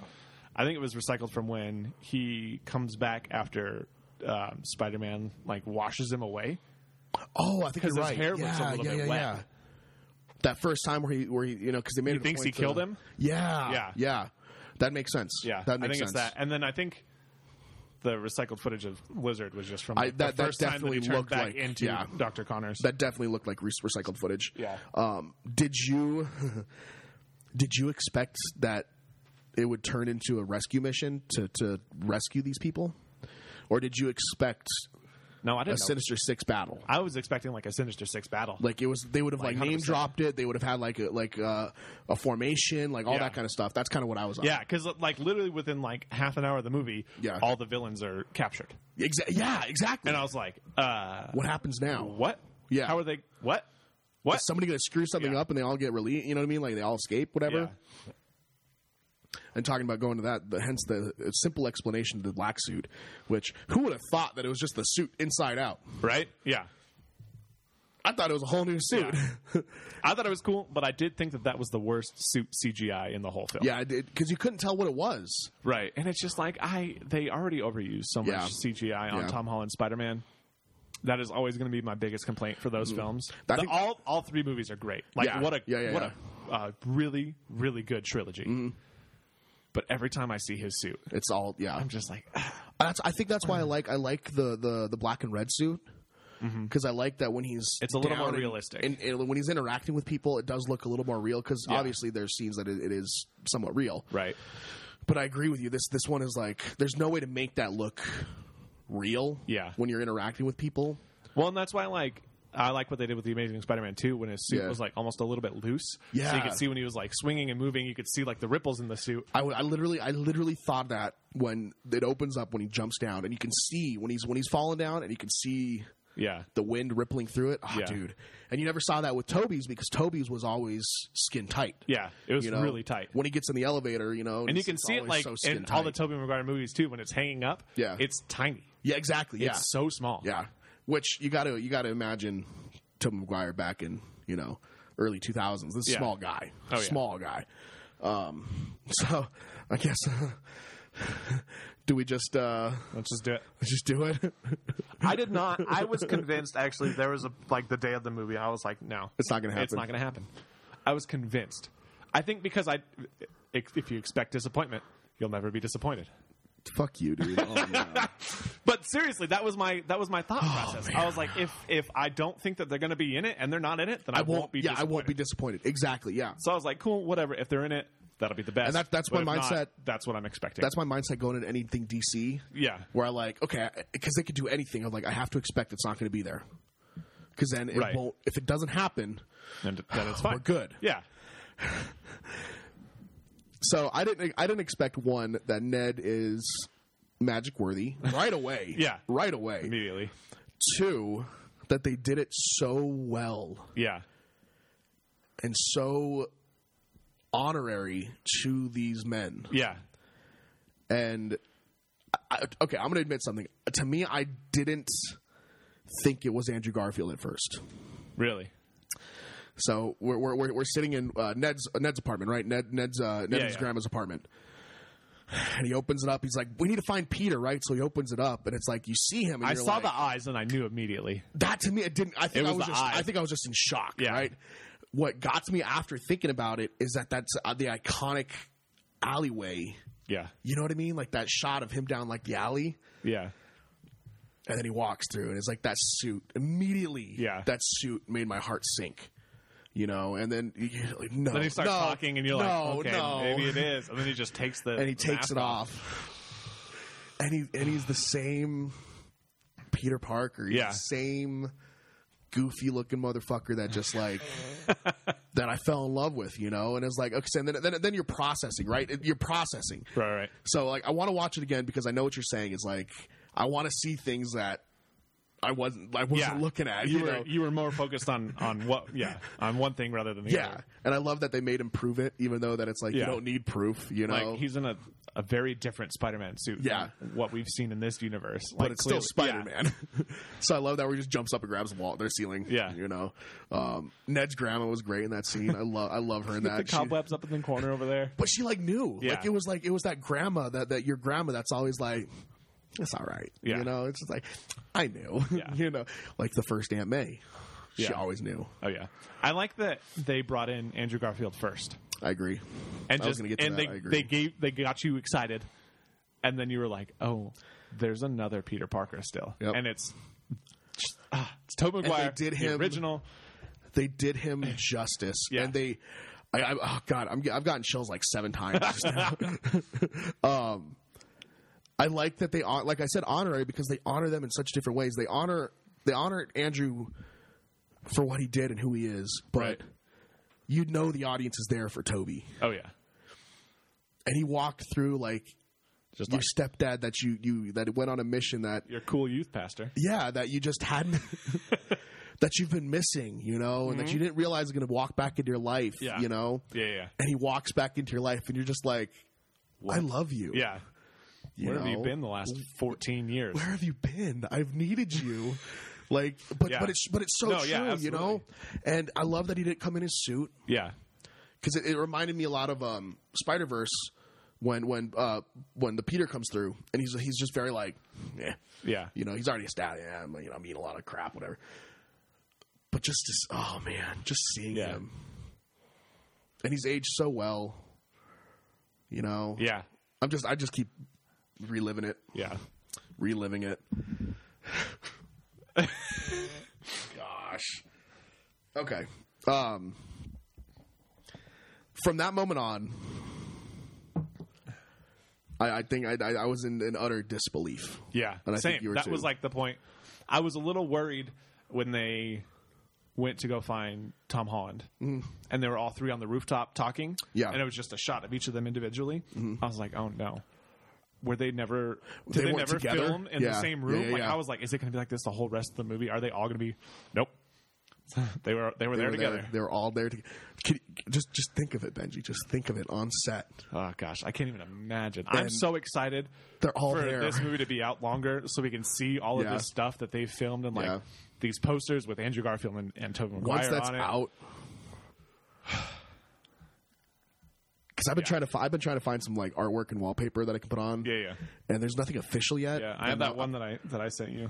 A: I think it was recycled from when he comes back after um, Spider-Man like washes him away.
B: Oh, I think you're
A: his
B: right.
A: hair looks a
B: Yeah,
A: little
B: yeah,
A: bit
B: yeah,
A: wet.
B: yeah. That first time where he where he you know because they made
A: He
B: it a
A: thinks he
B: point to-
A: killed him.
B: Yeah,
A: Yeah.
B: yeah. That makes sense.
A: Yeah,
B: that
A: I
B: makes
A: think it's
B: sense.
A: that. And then I think the recycled footage of Lizard was just from
B: I-
A: like,
B: that-
A: the
B: that
A: first
B: definitely
A: time that he turned
B: looked
A: back
B: like-
A: into
B: yeah.
A: Doctor Connors.
B: That definitely looked like re- recycled footage.
A: Yeah.
B: Um, did you did you expect that it would turn into a rescue mission to to rescue these people, or did you expect
A: no, I
B: a
A: didn't. know.
B: Sinister Six battle?
A: I was expecting like a Sinister Six battle.
B: Like it was, they would have like name
A: 100%.
B: dropped it. They would have had like a, like uh, a formation, like all
A: Yeah.
B: that kind of stuff. That's kind of what I was. On.
A: yeah, because like literally within like half an hour of the movie,
B: Yeah.
A: all the villains are captured,
B: Exa- yeah, exactly.
A: and I was like, uh,
B: what happens now?
A: what?
B: Yeah.
A: how are they? What? What?
B: Is somebody going to screw something
A: Yeah.
B: up and they all get released? You know what I mean? Like they all escape, whatever.
A: yeah.
B: And talking about going to that, the, hence the uh, simple explanation to the black suit, which who would have thought that it was just the suit inside out?
A: Right? Yeah.
B: I thought it was a whole new suit. Yeah,
A: I thought it was cool, but I did think that that was the worst suit CGI in the whole film.
B: I did because you couldn't tell what it was.
A: Right. And it's just like I they already overuse so much
B: Yeah.
A: CGI on
B: Yeah.
A: Tom Holland Spider Man. That is always going to be my biggest complaint for those films.
B: Mm-hmm. I
A: The-
B: think-
A: all all three movies are great. Like
B: Yeah.
A: what a
B: Yeah, Mm-hmm. yeah,
A: what a uh, really really good trilogy. But every time I see his suit,
B: It's all yeah.
A: I'm just like,
B: That's I think that's why I like I like the the the black and red suit because I like that when he's
A: Mm-hmm. It's a little
B: down
A: more
B: and-
A: realistic.
B: and, and when he's interacting with people it does look a little more real because obviously there's scenes that it, it is somewhat real
A: right,
B: but I agree with you this this one is like there's no way to make that look real
A: Yeah.
B: when you're interacting with people
A: Well, and that's why like I like what they did with the Amazing Spider-Man 2 when his suit
B: Yeah.
A: was like almost a little bit loose. so you
B: Yeah.
A: could see when he was like swinging and moving, you could see like the ripples in the suit.
B: I, w- I literally I literally thought that when it opens up when he jumps down and you can see when he's when he's falling down and you can see
A: Yeah,
B: the wind rippling through it Ah,
A: Yeah.
B: dude and you never saw that with Toby's because Toby's was always skin tight
A: yeah, it was
B: you know?
A: really tight.
B: when he gets in the elevator you know
A: and you
B: it's-
A: can
B: it's
A: see it
B: always
A: like
B: so skin
A: in all the
B: tight.
A: Tobey Maguire movies too when it's hanging up.
B: Yeah.
A: it's tiny.
B: yeah exactly yeah
A: It's so small.
B: yeah which you got to you got to imagine Tobey Maguire back in you know early 2000s this
A: Yeah.
B: small guy
A: Oh, yeah.
B: small guy um so I guess do we just uh
A: let's just do it.
B: just do it
A: I did not. I was convinced actually. There was a like the day of the movie. I was like, no,
B: It's not gonna
A: It's
B: happen.
A: not going to happen. I was convinced. I think because I, if you expect disappointment, you'll never be disappointed.
B: fuck you dude oh, no.
A: But seriously, that was my that was my thought
B: Oh,
A: process. I was like, if if I don't think that they're going to be in it and they're not in it, then I,
B: I won't
A: be.
B: yeah I won't be
A: disappointed.
B: disappointed exactly yeah
A: So I was like, cool, whatever. If they're in it, that'll be the best.
B: And that- that's
A: But
B: my
A: if not,
B: mindset.
A: that's what I'm expecting.
B: that's my mindset going into anything DC
A: yeah,
B: where I like okay because they could do anything. I'm like I have to expect it's not going to be there because then it
A: Right.
B: won't. If it doesn't happen,
A: and uh, then it's fine.
B: we're good.
A: Yeah,
B: So I didn't I didn't expect one that Ned is magic worthy right away.
A: Yeah.
B: right away.
A: immediately.
B: Two that they did it so well
A: Yeah,
B: and so honorary to these men
A: yeah,
B: and I, I- okay i'm gonna admit something to me i didn't think it was andrew garfield at first
A: really.
B: So we're we're we're, we're sitting in uh, Ned's uh, Ned's apartment, right? Ned Ned's uh, Ned's
A: Yeah, yeah.
B: grandma's apartment. And he opens it up. He's like, "We need to find Peter, right?" So he opens it up, and it's like you see him. And
A: I
B: you're
A: saw
B: like,
A: the eyes and I knew immediately.
B: that to me. It didn't. I think
A: It was
B: I was
A: the
B: just.
A: eyes.
B: I think I was just in shock.
A: Yeah.
B: Right. What got to me after thinking about it is that that's uh, the iconic alleyway.
A: Yeah,
B: You know what I mean? Like that shot of him down like the alley,
A: yeah,
B: and then he walks through, and it's like that suit immediately.
A: Yeah.
B: That suit made my heart sink. You know, and then you're like, no.
A: Then he starts
B: no,
A: talking, and you're
B: no,
A: like, okay,
B: no.
A: maybe it is. And then he just takes the
B: and he takes it off. And he and he's the same Peter Parker. He's
A: Yeah.
B: the same goofy looking motherfucker that just like that I fell in love with, you know? And it's like, okay, so then then then you're processing, right? You're processing.
A: Right, right.
B: So like I want to watch it again because I know what you're saying is like I want to see things that I wasn't I wasn't looking at. You,
A: were
B: know?
A: you were more focused on on what yeah on one thing rather than the
B: yeah,
A: other.
B: and I love that they made him prove it, even though that it's like you
A: Yeah.
B: don't need proof. You know,
A: Like he's in a, a very different Spider-Man suit.
B: Yeah.
A: than what we've seen in this universe.
B: but it's still Spider Man. so I love that where he just jumps up and grabs the wall, their ceiling.
A: Yeah.
B: you know, um, Ned's grandma was great in that scene. I love, I love her in
A: The
B: that. She-
A: cobwebs up in the corner over there.
B: but she like knew,
A: Yeah.
B: like it was like it was that grandma that that your grandma that's always like, it's all right.
A: Yeah.
B: you know, it's just like I knew.
A: Yeah.
B: you know, like the first Aunt May, she
A: Yeah.
B: always knew.
A: Oh yeah, I like that they brought in Andrew Garfield first,
B: I agree.
A: and
B: I was
A: just
B: gonna get to
A: and
B: that,
A: they
B: I agree.
A: they gave they got you excited, and then you were like, oh, there's another Peter Parker still,
B: Yep.
A: and it's ah, it's Tobey Maguire,
B: did
A: the
B: him-
A: original.
B: they did him justice,
A: Yeah.
B: and they. I, I, oh God, I'm, I've gotten chills like seven times. just now. um, I like that they hon- like I said honorary because they honor them in such different ways. They honor they honor Andrew for what he did and who he is, but
A: Right.
B: you know the audience is there for Toby,
A: Oh yeah,
B: and he walked through like
A: just
B: your
A: like
B: stepdad that you you that went on a mission that
A: your cool youth pastor.
B: yeah that you just hadn't that you've been missing you know and that you didn't realize is going to walk back into your life
A: Mm-hmm. Yeah.
B: you know
A: Yeah, yeah,
B: and he walks back into your life and you're just like i love you
A: yeah.
B: you
A: Where have you
B: know?
A: been the last fourteen years?
B: where have you been i've needed you like but
A: Yeah.
B: but it's but it's so
A: No,
B: true
A: yeah,
B: you know and i love that he didn't come in his suit
A: Yeah,
B: because it, it reminded me a lot of um, Spider Verse when when uh, when the Peter comes through and he's he's just very like, yeah,
A: yeah,
B: you know, he's already established. Yeah, I'm, you know, I'm eating a lot of crap, whatever. But just this, oh man, just seeing
A: Yeah.
B: him, and he's aged so well. You know,
A: yeah,
B: I'm just I just keep reliving it,
A: yeah.
B: reliving it. Gosh. Okay. Um from that moment on I, I think I, I I was in, in utter disbelief.
A: Yeah,
B: And I
A: same.
B: think you were
A: that
B: too.
A: was like the point. I was a little worried when they went to go find Tom Holland, and they were all three on the rooftop talking.
B: Mm. Yeah. Mm-hmm.
A: and it was just a shot of each of them individually. I was like, oh no. Were they never? Did
B: They
A: they,
B: weren't
A: never
B: together?
A: film in
B: Yeah.
A: the same room?
B: Yeah, yeah,
A: like
B: yeah.
A: I was like, is it going to be like this the whole rest of the movie? Are they all going to be? Nope. they were. They were
B: They
A: there
B: were
A: together.
B: They were all there together. Can, just just think of it, Benji. Just think of it on set.
A: Oh gosh, I can't even imagine. I'm
B: And
A: so excited
B: they're all
A: for
B: there.
A: this movie to be out longer so we can see all
B: Yeah.
A: of this stuff that they filmed and like
B: Yeah.
A: these posters with Andrew Garfield and, and Tobey Maguire
B: Once that's
A: on it.
B: out. Because I've been
A: Yeah.
B: trying to fi- I've been trying to find some like artwork and wallpaper that I can put on.
A: Yeah, yeah.
B: And there's nothing official yet.
A: Yeah, I have that one that I that I sent you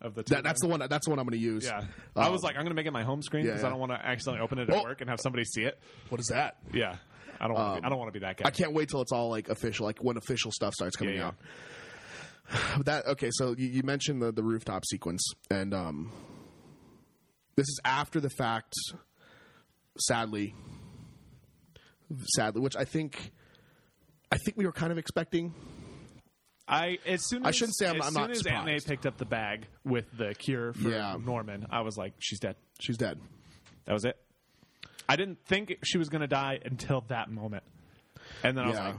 A: of the two
B: That, that's the one. That's the one I'm going to use.
A: Yeah.
B: Um,
A: I was like I'm going to make it my home screen
B: yeah,
A: because
B: yeah.
A: I don't want to accidentally open it at
B: Oh.
A: work and have somebody see it.
B: what is that?
A: Yeah. I don't want to be, I don't want to be that guy.
B: Um, I can't wait till it's all like official, like when official stuff starts coming
A: Yeah,
B: out. But That okay? So you, you mentioned the the rooftop sequence, and um, this is after the fact. Sadly, sadly, which I think, I think we were kind of expecting.
A: I as soon as
B: I shouldn't say I'm-
A: as
B: I'm
A: soon
B: not
A: as Aunt May
B: surprised.
A: picked up the bag with the cure for
B: Yeah.
A: Norman, I was like she's dead.
B: She's dead.
A: That was it. I didn't think she was going to die until that moment. And then I was
B: yeah.
A: like,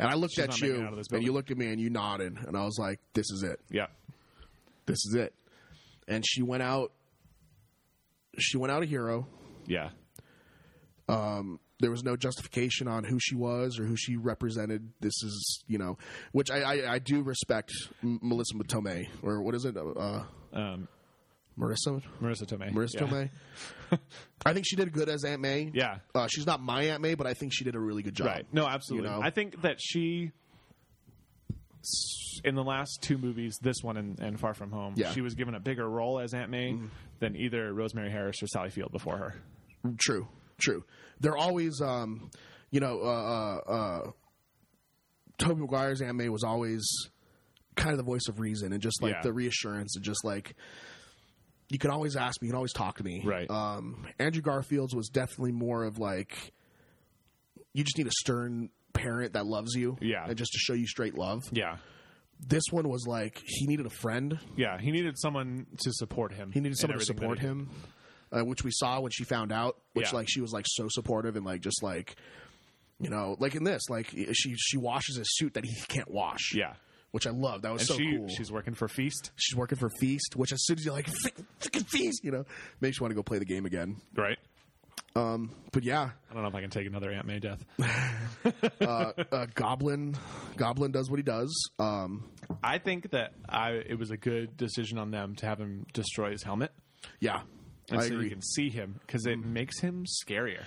B: and I looked
A: she's
B: at
A: not making
B: you,
A: it out of this
B: and you
A: building.
B: looked at me, and you nodded, and I was like, "This is it.
A: yeah.
B: This is it." And she went out. She went out a hero.
A: Yeah.
B: there was no justification on who she was or who she represented. This is, you know, which I I, I do respect M- Melissa Tomei or what is it, uh,
A: Um,
B: Marissa
A: Marissa Tomei.
B: Marissa
A: yeah.
B: Tomei. I think she did good as Aunt May.
A: Yeah.
B: uh, she's not my Aunt May, but I think she did a really good job.
A: Right. No, absolutely.
B: You know?
A: I think that she, s- in the last two movies, this one and, and Far From Home,
B: Yeah. Mm-hmm.
A: she was given a bigger role as Aunt May than either Rosemary Harris or Sally Field before her.
B: True, true. They're always, um, you know, uh, uh, uh, Toby Maguire's Aunt May was always kind of the voice of reason and just like
A: Yeah.
B: the reassurance and just like you can always ask me, you can always talk to me.
A: Right.
B: Um, Andrew Garfield's was definitely more of like you just need a stern parent that loves you,
A: Yeah.
B: and just to show you straight love.
A: Yeah.
B: This one was like he needed a friend.
A: Yeah. He needed someone to support him.
B: He needed someone to support him, uh, which we saw when she found out. Which
A: Yeah.
B: like she was like so supportive and like just like you know like in this like she she washes his suit that he can't wash.
A: Yeah.
B: which I love. That was
A: And
B: so
A: she
B: cool.
A: she's working for Feast,
B: she's working for Feast, which as soon as you're like "Freaking- freaking Feast, you know, makes you want to go play the game again.
A: right?
B: But yeah,
A: I don't know if I can take another Aunt May death.
B: uh, Goblin, Goblin does what he does. Um,
A: I think that I it was a good decision on them to have him destroy his helmet.
B: yeah,
A: And
B: I
A: so
B: agree. Mm-hmm.
A: you can see him because it makes him scarier.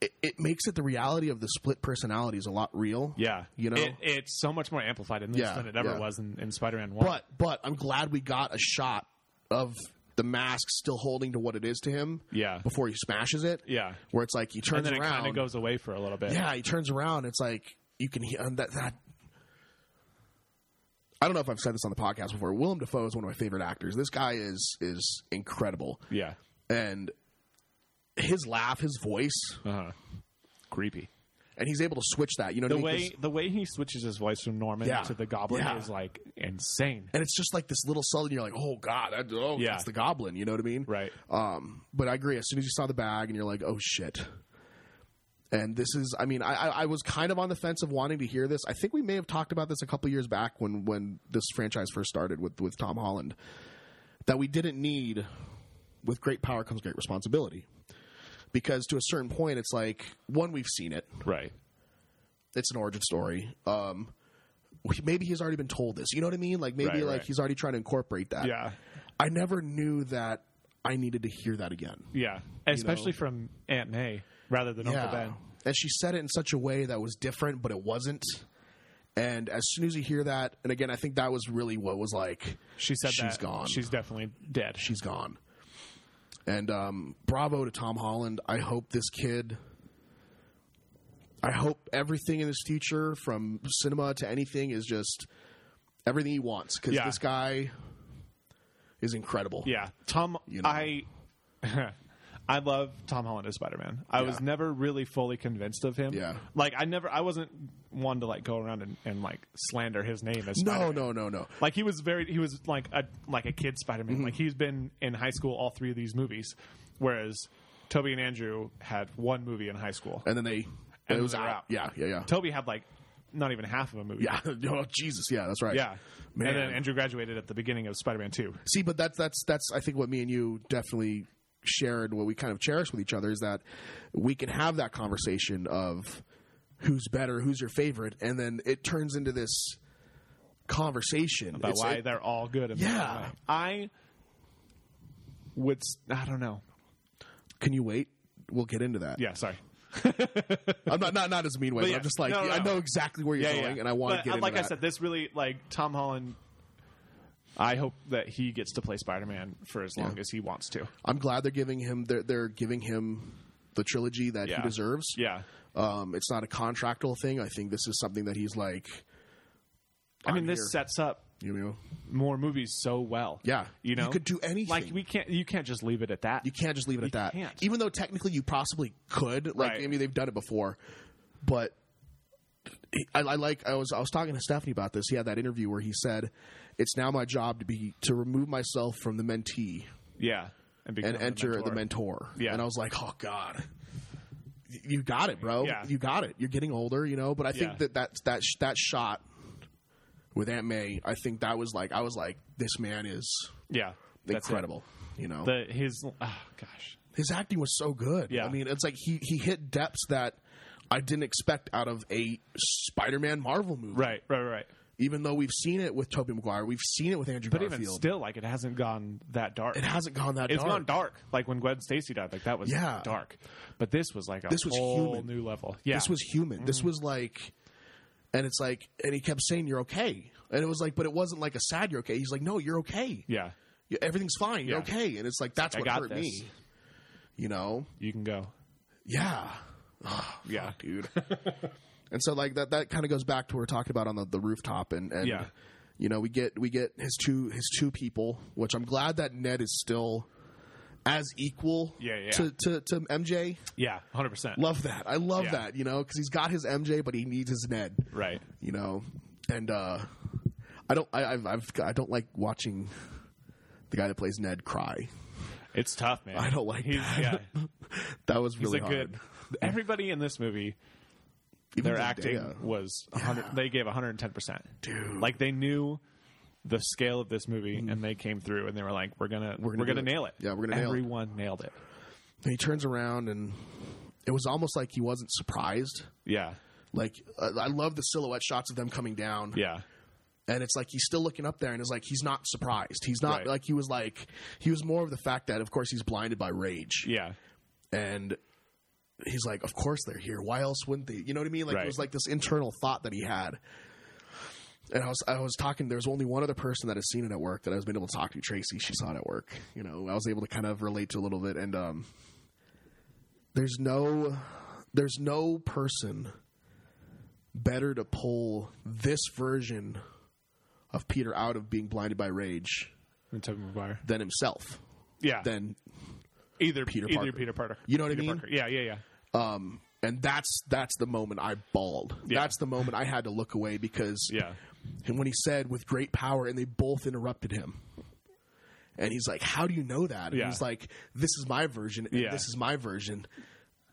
B: it, it makes it the reality of the split personalities a lot real.
A: Yeah,
B: you know.
A: It- it's so much more amplified in this
B: Yeah,
A: than it ever
B: yeah.
A: was in, in Spider-Man One.
B: but but I'm glad we got a shot of the mask still holding to what it is to him.
A: Yeah.
B: Before he smashes it.
A: yeah,
B: Where it's like he
A: and
B: turns
A: then it
B: around.
A: kind of goes away for a little bit.
B: yeah, he turns around. It's like you can hear and that that. I don't know if I've said this on the podcast before. Willem Dafoe is one of my favorite actors. This guy is is incredible,
A: yeah,
B: and his laugh, his voice,
A: uh-huh. creepy.
B: and he's able to switch that. You know what
A: The
B: I mean? 'Cause-
A: way the way he switches his voice from Norman
B: Yeah.
A: to the Goblin
B: Yeah.
A: is like insane.
B: and it's just like this little sudden. You're like, oh god, that, oh,
A: Yeah.
B: that's the goblin. You know what I mean?
A: Right.
B: Um, but I agree. As soon as you saw the bag, and you're like, "Oh shit!" And this is, I mean, I, I, I was kind of on the fence of wanting to hear this. I think we may have talked about this a couple years back when when this franchise first started with with Tom Holland, that we didn't need. With great power comes great responsibility, because to a certain point, it's like one we've seen it.
A: Right.
B: It's an origin story. Um, maybe he's already been told this. You know what I mean? Like maybe
A: Right,
B: like
A: right.
B: he's already trying to incorporate that.
A: Yeah.
B: I never knew that I needed to hear that again.
A: Yeah. Especially from Aunt May rather than Uncle Ben.
B: And she said it in such a way that was different, but it wasn't. And as soon as you hear that, and again, I think that was really what was like,
A: She said
B: She's
A: that
B: gone.
A: She's definitely dead.
B: she's gone. And um, bravo to Tom Holland. I hope this kid. I hope everything in his future, from cinema to anything, is just everything he wants. Because
A: Yeah.
B: this guy is incredible.
A: Yeah, Tom.
B: You know.
A: I I love Tom Holland as Spider Man. I was
B: Yeah.
A: never really fully convinced of him.
B: Yeah.
A: like I never. I wasn't one to like go around and, and like slander his name as
B: No,
A: Spider-Man.
B: no, no, no.
A: Like he was very. He was like a like a kid Spider
B: Mm-hmm.
A: Man. Like he's been in high school all three of these movies, whereas Toby and Andrew had one movie in high school.
B: And then they.
A: And
B: it was
A: they're
B: out.
A: out.
B: Yeah, yeah, yeah.
A: Toby had like not even half of a movie.
B: Yeah. oh, Jesus. Yeah, that's right.
A: Yeah.
B: Man.
A: And then Andrew graduated at the beginning of Spider Man Two.
B: See, but that's that's that's I think what me and you definitely shared, what we kind of cherish with each other is that we can have that conversation of who's better, who's your favorite, and then it turns into this conversation
A: about
B: It's-
A: why
B: it-
A: they're all good. In
B: Yeah.
A: their own way. I would. s- I don't know.
B: can you wait? We'll get into that.
A: Yeah, sorry.
B: I'm not not not as a mean way. But
A: yeah.
B: I'm just like
A: No, no,
B: I
A: no.
B: know exactly where you're
A: Yeah,
B: going,
A: yeah.
B: and I want
A: But,
B: to get
A: uh,
B: into
A: like
B: that.
A: I said, this really like Tom Holland. I hope that he gets to play Spider Man for as long as he wants to.
B: I'm glad they're giving him they're they're giving him the trilogy that
A: Yeah.
B: he deserves.
A: Yeah.
B: Um, it's not a contractual thing. I think this is something that he's like,
A: I mean,
B: I'm
A: this
B: here.
A: sets up
B: you know,
A: more movies so well.
B: yeah,
A: You know,
B: you could do anything.
A: like we can't. You can't just leave it at that.
B: You can't just leave it at that.
A: can't.
B: Even though technically you possibly could, like
A: Right.
B: I mean they've done it before, but I, I like I was I was talking to Stephanie about this. He had that interview where he said, "It's now my job to be to remove myself from the mentee
A: yeah. And, become
B: and
A: the
B: enter
A: mentor.
B: the mentor."
A: Yeah.
B: and I was like, "Oh God." You got it, bro.
A: Yeah.
B: You got it. You're getting older, you know. But I think
A: Yeah.
B: that that that sh- that shot with Aunt May, I think that was like I was like, this man is
A: Yeah. That's it.
B: incredible, you know.
A: The his oh gosh.
B: his acting was so good.
A: Yeah.
B: I mean, it's like he he hit depths that I didn't expect out of a Spider-Man Marvel movie.
A: Right. Right. Right.
B: Even though we've seen it with Tobey Maguire, we've seen it with Andrew
A: But
B: Garfield.
A: even still, like it hasn't gone that dark.
B: it hasn't gone that
A: It's
B: dark.
A: gone dark. Like when Gwen Stacy died, like that was
B: Yeah.
A: dark. But this was like a
B: This was
A: whole
B: human.
A: new level. Yeah. Mm-hmm.
B: This was human. This was like, and it's like, and he kept saying, "You're okay," and it was like, but it wasn't like a sad "You're okay." He's like, "No, you're okay.
A: Yeah.
B: Yeah, Everything's fine. You're
A: Yeah.
B: okay." And it's like that's
A: I
B: what
A: got
B: hurt
A: this.
B: me. You know?
A: You can go.
B: Yeah.
A: Yeah.
B: dude. and so like that that kind of goes back to what we we're talking about on the, the rooftop and, and
A: Yeah.
B: you know, we get we get his two his two people, which I'm glad that Ned is still as equal
A: Yeah, yeah.
B: To, to to MJ.
A: Yeah. Hundred percent.
B: Love that. I love
A: Yeah.
B: that, you know, cuz he's got his MJ but he needs his Ned,
A: Right.
B: you know. And uh I don't I I've, I've I don't like watching the guy that plays Ned cry.
A: It's tough, man.
B: I don't like
A: He's
B: that.
A: yeah.
B: that was
A: He's
B: really
A: a
B: hard.
A: good everybody in this movie
B: Even
A: their
B: Zendaya.
A: acting was 100 they gave 110%.
B: Dude.
A: Like they knew the scale of this movie and they came through and they were like we're going to we're
B: gonna
A: going to
B: do it.
A: nail it.
B: Yeah, we're gonna nail it.
A: Everyone nailed it.
B: And he turns around and it was almost like he wasn't surprised.
A: Yeah.
B: Like uh, I love the silhouette shots of them coming down.
A: Yeah.
B: and it's like he's still looking up there and it's like he's not surprised he's not
A: Right.
B: like he was like he was more of the fact that of course he's blinded by rage
A: Yeah.
B: and he's like of course they're here why else wouldn't they you know what i mean like
A: Right.
B: it was like this internal thought that he had and I was I was talking. There's only one other person that has seen it at work that I was been able to talk to. Tracy, she saw it at work. You know, I was able to kind of relate to a little bit. And um, there's no there's no person better to pull this version of Peter out of being blinded by rage
A: And Tobey Maguire.
B: than himself.
A: Yeah.
B: Than
A: either
B: Peter
A: either
B: Parker.
A: Peter Parker.
B: You know what I
A: Peter
B: mean?
A: Parker. Yeah, yeah, yeah.
B: um, and that's that's the moment I bawled.
A: Yeah.
B: That's the moment I had to look away because
A: Yeah.
B: And when he said with great power, and they both interrupted him. And he's like, How do you know that? And
A: Yeah.
B: he's like, This is my version, and
A: Yeah.
B: this is my version.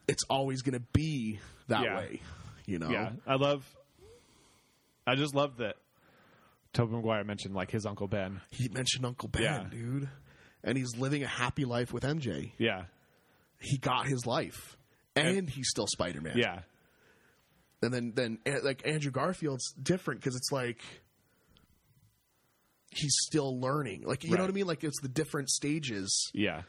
B: It's always going to be that
A: Yeah.
B: way, you know?
A: Yeah, I love. I just love that. Tobey Maguire mentioned like his uncle Ben.
B: He mentioned Uncle Ben,
A: Yeah.
B: dude. And he's living a happy life with MJ.
A: Yeah,
B: He got his life. And, he's still Spider Man.
A: yeah,
B: And then, then eh, like, Andrew Garfield's different because it's like he's still learning. Like, you
A: Right.
B: know what I mean? Like, it's the different stages.
A: yeah,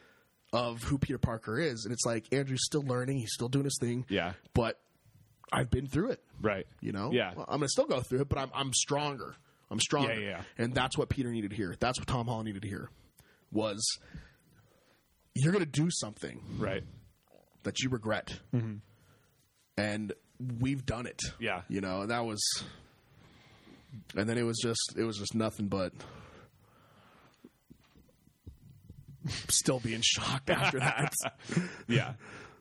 B: of who Peter Parker is. And it's like Andrew's still learning, he's still doing his thing.
A: yeah.
B: But I've been through it,
A: Right.
B: you know?
A: Yeah.
B: Well, I'm gonna still go through it, but I'm I'm stronger. I'm stronger.
A: Yeah, yeah.
B: And that's what Peter needed here. That's what Tom Holland needed here was you're gonna do something
A: Right.
B: that you regret. And we've done it.
A: Mm-hmm. Yeah.
B: You know, and that was and then it was just it was just nothing but still being shocked after that.
A: Yeah.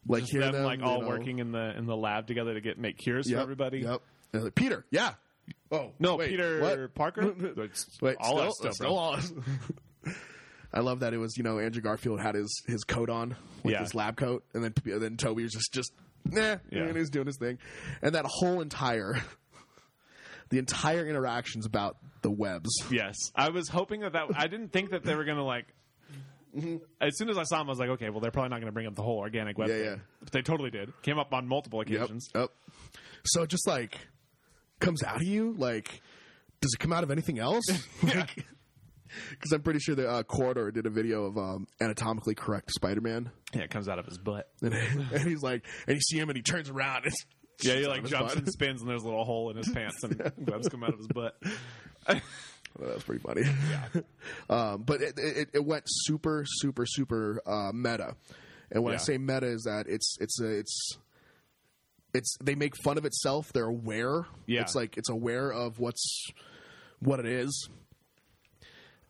B: like
A: Just
B: hear
A: them,
B: them,
A: like
B: you
A: all
B: know.
A: working in the in the lab together to get make cures
B: Yep,
A: for everybody.
B: Yep. And like, Peter, yeah. Oh
A: No,
B: wait,
A: Peter
B: what?
A: Parker.
B: Wait,
A: all
B: still, uh,
A: that stuff.
B: still
A: bro.
B: all us. I love that it was you know Andrew Garfield had his his coat on with
A: Yeah.
B: his lab coat, and then and then Toby was just just nah,
A: Yeah.
B: and he's doing his thing, and that whole entire the entire interactions about the webs.
A: Yes, I was hoping that that. I didn't think that they were gonna like. As soon as I saw him, I was like, okay, well, they're probably not going to bring up the whole organic web
B: Mm-hmm. Yeah,
A: thing.
B: yeah.
A: But they totally did. Came up on multiple
B: Yep,
A: occasions.
B: yep. So it just like comes out of you like does it come out of anything else? Because I'm pretty sure the uh, corridor did a video of um, anatomically correct Spider-Man,
A: Yeah, it comes out of his butt.
B: and, and he's like, and you see him, and he turns around. And
A: Yeah, he
B: She's
A: like
B: on his
A: jumps
B: butt.
A: and spins, and there's a little hole in his pants, and webs come out of his butt.
B: Well, that was pretty funny. um, but it, it, it went super, super, super uh, meta. And when
A: Yeah.
B: I say meta, is that it's it's a, it's it's they make fun of itself. They're aware.
A: Yeah.
B: It's like it's aware of what's what it is.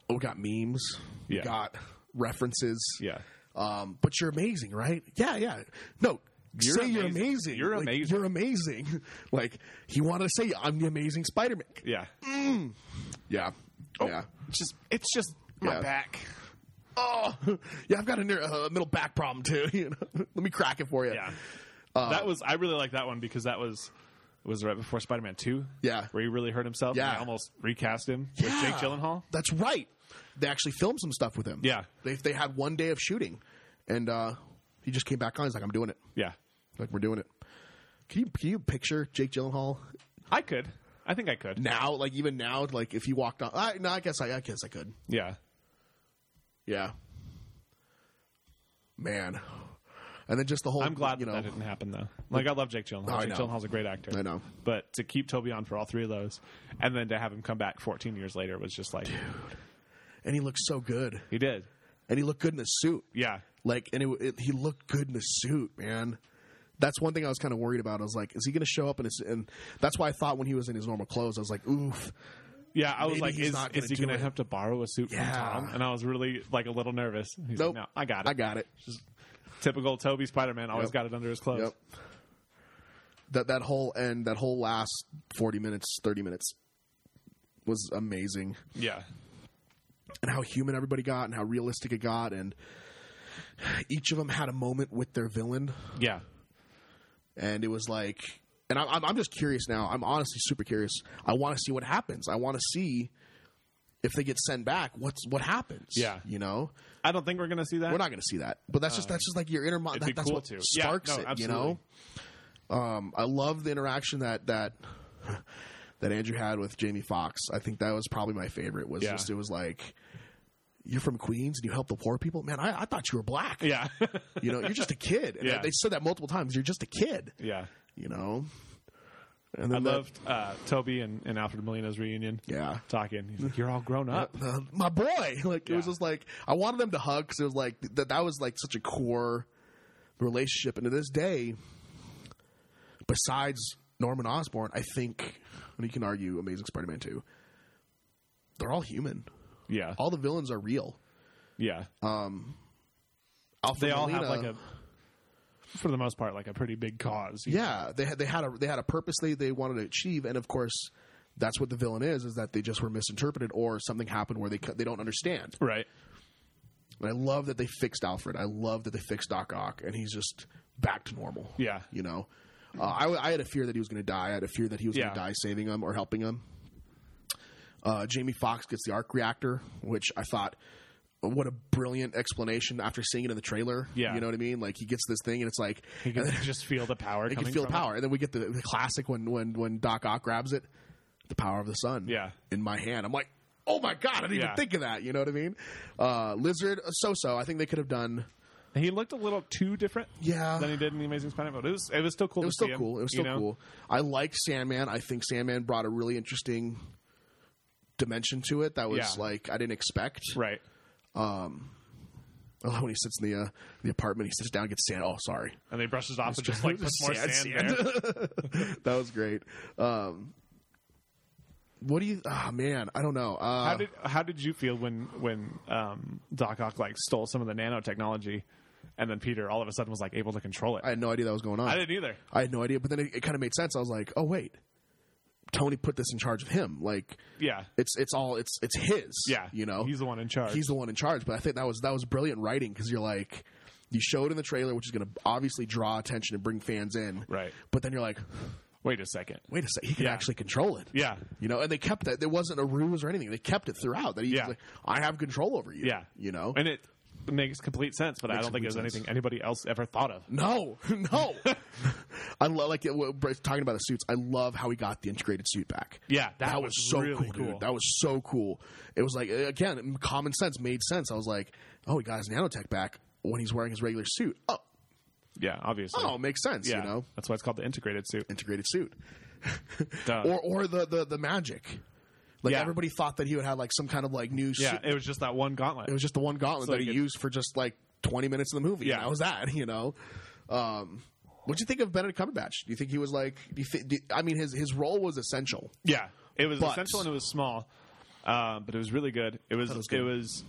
B: Oh, we got memes. We
A: Yeah.
B: got references.
A: Yeah.
B: Um, but you're amazing, right? Yeah, yeah. No,
A: You're
B: say you're
A: amazing.
B: amazing.
A: You're
B: Like,
A: amazing.
B: You're amazing. like he wanted to say, "I'm the amazing Spider-Man."
A: Yeah,
B: Yeah.
A: Oh.
B: Yeah.
A: it's just it's just my
B: Yeah.
A: back.
B: oh yeah i've got a near, uh, middle back problem too you know let me crack it for you
A: Yeah,
B: Uh,
A: that was I really like that one because that was was right before Spider Man Two.
B: Yeah.
A: where he really hurt himself. and
B: Yeah.
A: they almost recast him with
B: Yeah.
A: Jake Gyllenhaal.
B: that's right they actually filmed some stuff with him
A: Yeah.
B: they, they had one day of shooting and uh he just came back on he's like i'm doing it
A: Yeah,
B: like we're doing it can you can you picture jake gyllenhaal
A: I could. I think I could.
B: now like even now like if he walked on i no i guess i, I guess i could
A: Yeah,
B: yeah man and then just the whole
A: I'm glad
B: you know Oh,
A: that, that didn't happen though. Like I love Jake Gyllenhaal.
B: I
A: Jake
B: know.
A: Gyllenhaal's a great actor.
B: I know.
A: but to keep Toby on for all three of those, and then to have him come back 14 years later was just like
B: and he looked so good
A: he did.
B: and he looked good in his suit
A: Yeah,
B: Like, and it, it, he looked good in a suit, man. That's one thing I was kind of worried about. I was like, is he going to show up in his? And that's why I thought when he was in his normal clothes, I was like, oof.
A: Yeah, I was
B: Maybe
A: like,
B: he's
A: is,
B: not gonna
A: is he
B: do
A: going to
B: it.
A: have to borrow a suit
B: Yeah.
A: from Tom? And I was really like a little nervous. He's
B: Nope,
A: like, no, I got it.
B: I got it.
A: Typical Toby Spider Man always
B: Yep.
A: got it under his clothes.
B: Yep. That that whole end, that whole last forty minutes, thirty minutes, was amazing.
A: Yeah,
B: and how human everybody got and how realistic it got and each of them had a moment with their villain
A: yeah,
B: and it was like and I'm- I'm I'm just curious now. I'm honestly super curious. I want to see what happens. I want to see if they get sent back. What's what happens?
A: Yeah.
B: you know,
A: I don't think we're gonna see that.
B: we're not going to see that. But that's just that's just like your inner mind.
A: it'd
B: That,
A: be
B: that's
A: cool
B: what
A: to. Yeah,
B: sparks
A: no,
B: it. You know, um, I love the interaction that that that Andrew had with Jamie Fox. I think that was probably my favorite. Was
A: Yeah.
B: just it was like. You're from Queens and you help the poor people, man. I, I thought you were black.
A: yeah,
B: You know, you're just a kid. And
A: Yeah.
B: They said that multiple times. You're just a kid.
A: yeah.
B: You know. And
A: I
B: then that-
A: loved uh, Toby and, and Alfred Molina's reunion.
B: Yeah.
A: talking. He's like, "You're all grown up."
B: uh, my boy. Like it was
A: Yeah.
B: just like I wanted them to hug because it was like that. That was like such a core relationship, and to this day, besides Norman Osborn, I think, and you can argue Amazing Spider-Man two, they're all human.
A: Yeah,
B: All the villains are real.
A: yeah.
B: Alfred
A: they all
B: Molina-
A: have like a, for the most part, like a pretty big cause. you
B: yeah. They had they had a they had a purpose they they wanted to achieve, and of course. That's what the villain is: is that they just were misinterpreted, or something happened where they cu- they don't understand.
A: know? right.
B: And I love that they fixed Alfred. I love that they fixed Doc Ock, and he's just back to normal.
A: Yeah.
B: you know, uh, I, I had a fear that he was going to die. I had a fear that he was
A: Yeah.
B: going to die saving him or helping him. Uh, Jamie Fox gets the arc reactor, which I thought, what a brilliant explanation after seeing it in the trailer.
A: Yeah.
B: you know what I mean. Like he gets this thing, and it's like
A: You can just feel the power.
B: you
A: coming
B: can feel
A: from
B: power, and then we get the, the classic when when when Doc Ock grabs it, the power of the sun.
A: Yeah.
B: in my hand, I'm like, oh my god, I didn't
A: Yeah.
B: even think of that. You know what I mean? Uh, Lizard, so so. I think they could have done.
A: It. He looked a little too different.
B: Yeah.
A: than he did in the Amazing Spider-Man. But it was it was still cool.
B: It
A: to
B: was still
A: see him,
B: cool. It was
A: you
B: still
A: know?
B: cool. I liked Sandman. I think Sandman brought a really interesting dimension to it that was
A: Yeah.
B: like I didn't expect.
A: Right.
B: I love when he sits in the uh, the apartment, he sits down, gets sand. Oh, sorry.
A: And they brushed it off and just like put more
B: Sad
A: sand,
B: sand.
A: there.
B: that was great. Um, what do you? Oh man, I don't know. Uh,
A: How did how did you feel when when um, Doc Ock like stole some of the nanotechnology, and then Peter all of a sudden was like able to control it?
B: I had no idea that was going on.
A: I didn't either.
B: I had no idea, but then it, it kind of made sense. I was like, oh wait, Tony put this in charge of him. Like
A: Yeah,
B: it's it's all it's it's his.
A: yeah.
B: you know
A: he's the one in charge.
B: he's the one in charge. But I think that was that was brilliant writing because you're like you show it in the trailer, which is going to obviously draw attention and bring fans in.
A: Right.
B: But then you're like,
A: Wait a second.
B: wait a sec, he can
A: Yeah.
B: actually control it.
A: Yeah,
B: You know, and they kept that. There wasn't a ruse or anything. They kept it throughout. That he
A: Yeah.
B: was like, I have control over you.
A: yeah.
B: You know.
A: and it makes complete sense. But I
B: Makes
A: don't think it was
B: complete sense.
A: anything anybody else ever thought of.
B: No, no. I love like it- what Brett's talking about the suits. I love how he got the integrated suit back.
A: Yeah, that
B: that, was,
A: was
B: so
A: really
B: cool, dude.
A: cool.
B: That was so cool. It was like uh, again, common sense made sense. I was like, oh, he got his nanotech back when he's wearing his regular suit. Oh,
A: Yeah, obviously.
B: oh, makes sense.
A: yeah.
B: You know,
A: That's why it's called the integrated suit.
B: integrated suit,
A: Duh.
B: or or the the the magic. Like
A: Uh, Yeah.
B: everybody thought that he would have like some kind of like new.
A: yeah,
B: suit.
A: it was just that one gauntlet.
B: it was just the one gauntlet
A: So
B: that
A: you
B: he
A: could-
B: used for just like twenty minutes in the movie.
A: Yeah.
B: and that was that. You know. Um, What'd you think of Benedict Cumberbatch? Do you think he was like? Do you thi- do, I mean, his his role was essential.
A: yeah, it was
B: But-
A: essential and it was small, uh, but it was really good. It was,
B: it was
A: it
B: good.
A: was.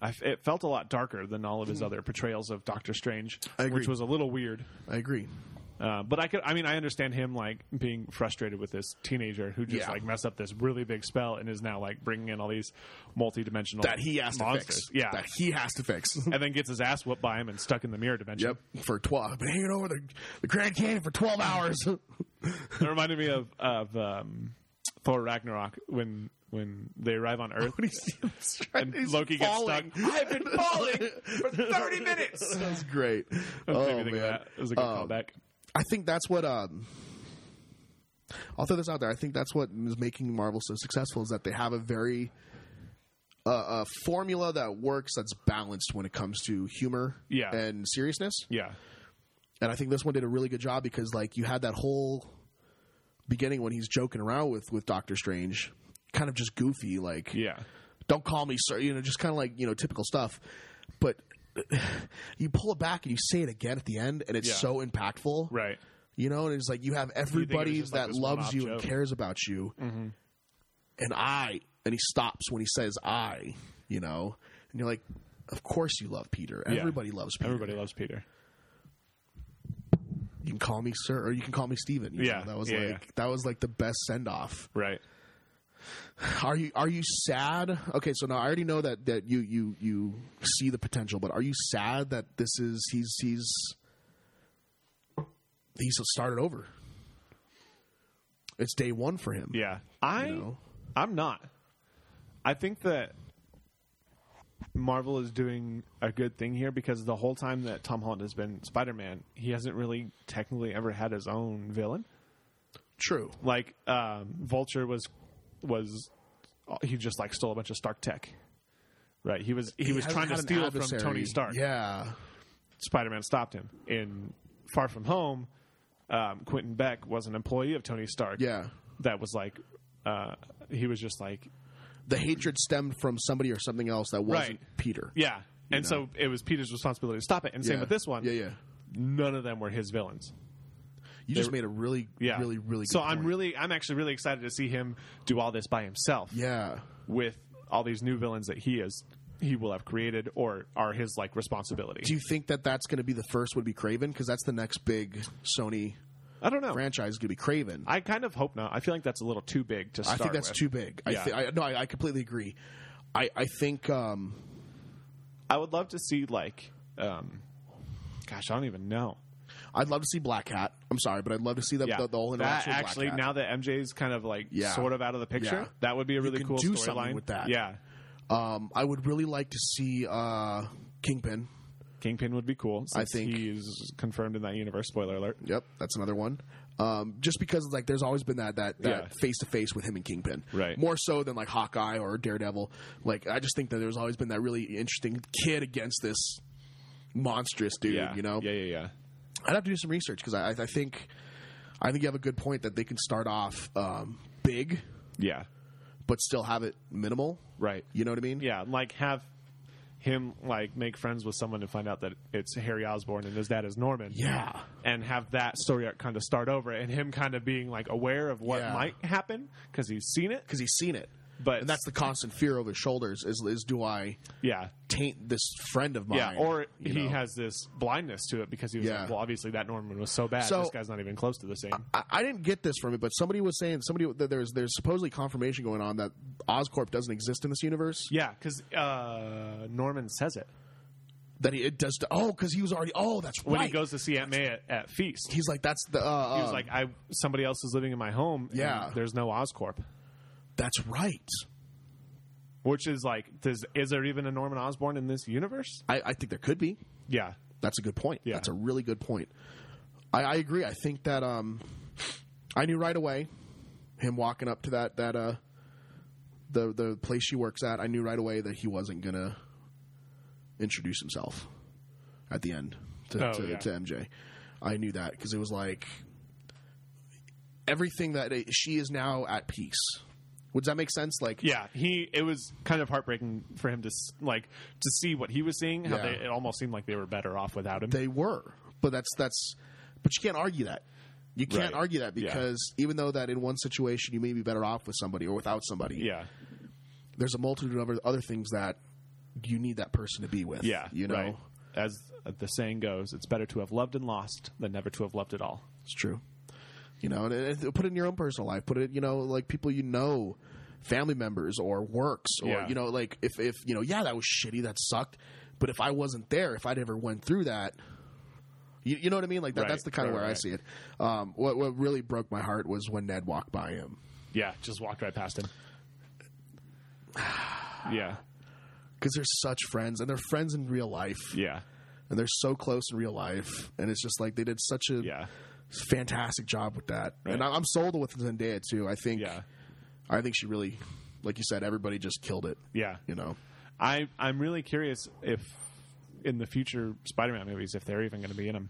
A: I f it felt a lot darker than all of his other portrayals of Doctor Strange,
B: Hmm. I agree.
A: which was a little weird.
B: I agree.
A: Uh, but I could, I mean, I understand him like being frustrated with this teenager who just
B: Yeah.
A: like messed up this really big spell and is now like bringing in all these multi-dimensional
B: That he has
A: monsters.
B: to fix.
A: Yeah,
B: that he has to fix.
A: and then gets his ass whooped by him and stuck in the mirror dimension.
B: yep, for twelve. I've been hanging over the, the Grand Canyon for twelve hours.
A: It reminded me of of um, Thor Ragnarok when when they arrive on Earth and Loki gets stuck. I've been falling for thirty minutes.
B: That's great.
A: Made
B: Oh
A: me think of
B: man,
A: that. It was a good
B: Um,
A: callback.
B: I think that's what. Um, I'll throw this out there. I think that's what is making Marvel so successful is that they have a very uh, a formula that works that's balanced when it comes to humor
A: Yeah.
B: and seriousness.
A: Yeah,
B: And I think this one did a really good job because like you had that whole beginning when he's joking around with with Doctor Strange, kind of just goofy like
A: yeah,
B: don't call me sir you know just kind of like you know typical stuff but you pull it back and you say it again at the end and it's
A: Yeah.
B: so impactful
A: right.
B: you know and it's like you have
A: think it was
B: everybody
A: just like
B: that
A: this Mm-hmm.
B: loves
A: one-off
B: you and
A: joke?
B: cares about you and i and he stops when he says i you know and you're like of course you love peter everybody loves peter
A: Everybody loves Peter.
B: you can call me sir or you can call me steven you
A: Yeah,
B: know? that was
A: yeah,
B: like
A: yeah.
B: that was like the best send off
A: Right.
B: Are you are you sad? Okay, so now I already know that that you you you see the potential, but are you sad that this is he's he's he's started over? It's day one for him.
A: Yeah. I
B: know?
A: I'm not. I think that Marvel is doing a good thing here because the whole time that Tom Holland has been Spider-Man, he hasn't really technically ever had his own villain.
B: True.
A: Like um, Vulture was was he just like stole a bunch of Stark tech. Right. He was he, was
B: hasn't
A: trying to
B: had an
A: steal from
B: adversary.
A: Tony Stark.
B: Yeah.
A: Spider-Man stopped him. In Far From Home, um, Quentin Beck was an employee of Tony Stark.
B: Yeah.
A: That was like uh, he was just like
B: The hatred stemmed from somebody or something else that wasn't
A: Right.
B: Peter.
A: Yeah. And so it was Peter's responsibility to stop it. And same
B: Yeah.
A: with this one.
B: Yeah, yeah.
A: None of them were his villains.
B: You just made a really,
A: Yeah.
B: really, really good
A: So I'm
B: point.
A: really I'm actually really excited to see him do all this by himself
B: Yeah.
A: with all these new villains that he is he will have created or are his like responsibility.
B: Do you think that that's going to be the first would be Craven? Because that's the next big Sony
A: I don't know.
B: franchise is going to be Craven.
A: I kind of hope not. I feel like that's a little too big to
B: I
A: start
B: think that's
A: with.
B: too big. I,
A: Yeah.
B: thi- I no, I, I completely agree. I, I think um,
A: I would love to see like um gosh, I don't even know.
B: I'd love to see Black Hat. I'm sorry, but I'd love to see that
A: Yeah.
B: the, the whole
A: that
B: interaction. with Black
A: actually
B: Hat.
A: now that MJ's kind of like
B: Yeah.
A: sort of out of the picture,
B: Yeah.
A: that would be a really
B: can
A: cool
B: do something
A: storyline
B: with that.
A: Yeah.
B: Um, I would really like to see uh, Kingpin.
A: Kingpin would be cool.
B: I
A: Since
B: think-
A: he's confirmed in that universe. Spoiler alert.
B: Yep, that's another one. Um, just because like there's always been that that
A: Yeah.
B: that face to face with him and Kingpin,
A: Right.
B: More so than like Hawkeye or Daredevil. Like I just think that there's always been that really interesting kid against this monstrous dude.
A: Yeah,
B: You know,
A: Yeah, yeah, yeah.
B: I'd have to do some research because I, I think I think you have a good point that they can start off um, big
A: Yeah,
B: but still have it minimal.
A: right.
B: You know what I mean?
A: Yeah, like have him like make friends with someone and find out that it's Harry Osborn and his dad is Norman.
B: Yeah.
A: and have that story arc kind of start over, and him kind of being like aware of what
B: Yeah.
A: might happen because he's seen it.
B: Because he's seen it.
A: But
B: And that's the constant fear over his shoulders is, is do I
A: yeah,
B: taint this friend of mine?
A: yeah. Or
B: you
A: he
B: know?
A: has this blindness to it because he was
B: Yeah.
A: like, well, obviously that Norman was so bad.
B: So-
A: this guy's not even close to the same.
B: I, I didn't get this from it, but somebody was saying somebody that there's there's supposedly confirmation going on that Oscorp doesn't exist in this universe.
A: yeah, because uh, Norman says it
B: That he, it does. Oh, because he was already. Oh, that's
A: when
B: right.
A: he goes to see Aunt May at, at feast.
B: He's like that's the. Uh,
A: He was like, I somebody else is living in my home. and
B: Yeah.
A: there's no Oscorp,
B: that's right.
A: which is like, does is there even a Norman Osborn in this universe?
B: I, I think there could be.
A: Yeah,
B: That's a good point.
A: Yeah.
B: That's a really good point. I, I agree. I think that um, I knew right away him walking up to that that uh, the the place she works at. I knew right away that he wasn't gonna introduce himself at the end to
A: Oh,
B: to,
A: yeah.
B: to MJ. I knew that because it was like everything that it, she is now at peace. Would that make sense? Like,
A: yeah. He it was kind of heartbreaking for him to s- like to see what he was seeing. How
B: Yeah.
A: they, it almost seemed like they were better off without him.
B: they were but that's that's but you can't argue that you can't
A: Right.
B: argue that
A: Yeah.
B: because even though that in one situation you may be better off with somebody or without somebody
A: yeah,
B: there's a multitude of other- other things that you need that person to be with
A: yeah.
B: you know
A: right. as the saying goes, it's better to have loved and lost than never to have loved at all.
B: it's true you know and it, it- put it in your own personal life put it you know like people you know family members or works or
A: Yeah.
B: you know like if if you know yeah that was shitty that sucked but if i wasn't there if i'd ever went through that You, you know what I mean? Like that,
A: Right,
B: that's the kind of
A: right,
B: where I
A: right.
B: see it. Um, what what really broke my heart was when Ned walked by him.
A: Yeah, just walked right past him. yeah,
B: because they're such friends and they're friends in real life
A: yeah,
B: and they're so close in real life and it's just like they did such a
A: yeah,
B: fantastic job with that and I- i'm sold with zendaya too i think
A: yeah,
B: i think she really like you said everybody just killed it
A: yeah.
B: you know
A: I I'm really curious if in the future Spider-Man movies if they're even going to be in them.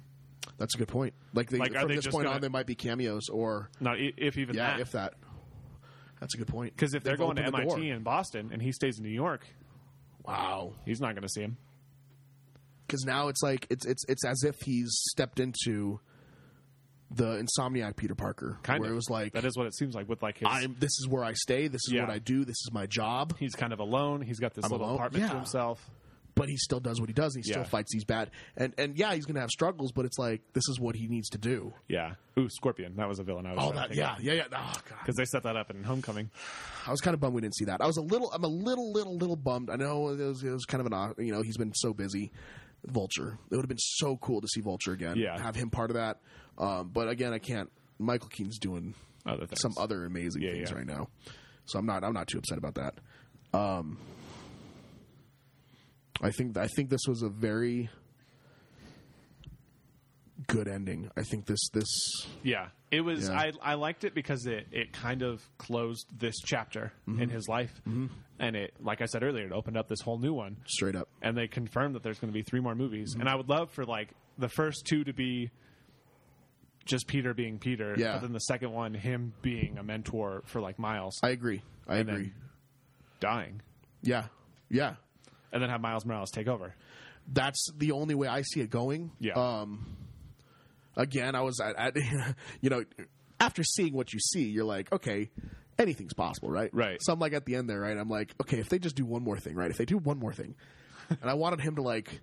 B: that's a good point like, they,
A: Like, are
B: from
A: they
B: this
A: just
B: point
A: gonna-
B: on they might be cameos or
A: Not i- if even
B: yeah
A: that.
B: if that that's a good point
A: Because if they're
B: They've
A: going to
B: opened the
A: MIT
B: door.
A: in Boston and he stays in New York,
B: wow
A: he's not going to see him.
B: because now it's like it's it's it's as if he's stepped into the insomniac peter parker
A: Kind
B: where
A: of.
B: it was like
A: that is what it seems like with like his.
B: I'm. This is where I stay. This is
A: Yeah.
B: what I do. This is my job.
A: he's kind of alone. He's got this little
B: alone?
A: apartment to
B: Yeah.
A: himself.
B: But he still does what he does. And he still
A: Yeah.
B: fights these bad. And and yeah, he's gonna have struggles. But it's like this is what he needs to do.
A: Yeah. Ooh, Scorpion. That was a villain. I was
B: All that. Yeah, yeah, yeah. Oh god.
A: Because they set that up in Homecoming.
B: I was kind of bummed we didn't see that. I was a little. I'm a little, little, little bummed. I know it was, it was kind of an. odd- You know, he's been so busy. Vulture. It would have been so cool to see Vulture again.
A: Yeah.
B: Have him part of that. Um, but again, I can't. Michael Keaton's doing
A: Other things.
B: some other amazing
A: Yeah,
B: things
A: yeah.
B: right now. So I'm not I'm not too upset about that. Um, I think I think this was a very good ending. I think this this
A: Yeah, it was.
B: Yeah.
A: I I liked it because it it kind of closed this chapter
B: Mm-hmm.
A: in his life, and it like I said earlier, it opened up this whole new one.
B: straight up.
A: And they confirmed that there's going to be three more movies, and I would love for like the first two to be just Peter being Peter,
B: Yeah.
A: but then the second one him being a mentor for like Miles
B: I agree. I
A: then-
B: agree.
A: dying,
B: yeah. Yeah.
A: and then have Miles Morales take over.
B: That's the only way I see it going.
A: Yeah.
B: Um again, I was at, at you know, after seeing what you see, you're like, okay, anything's possible, right?
A: Right.
B: So I'm like at the end there, right? I'm like, okay, if they just do one more thing, right? If they do one more thing. and I wanted him to like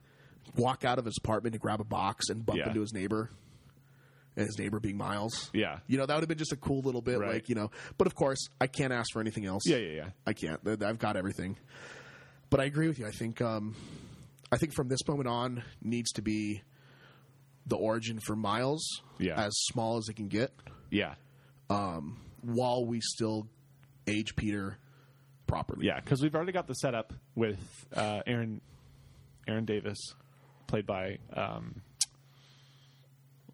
B: walk out of his apartment to grab a box and bump
A: Yeah.
B: into his neighbor. And his neighbor being Miles.
A: Yeah.
B: You know, that would have been just a cool little bit,
A: Right.
B: like, you know. But of course, I can't ask for anything else.
A: Yeah, yeah, yeah.
B: I can't. Th- I've got everything. But I agree with you. I think um, I think from this moment on needs to be the origin for Miles,
A: Yeah.
B: as small as it can get,
A: Yeah,
B: while we still age Peter properly.
A: yeah, because we've already got the setup with uh, Aaron Aaron Davis, played by um,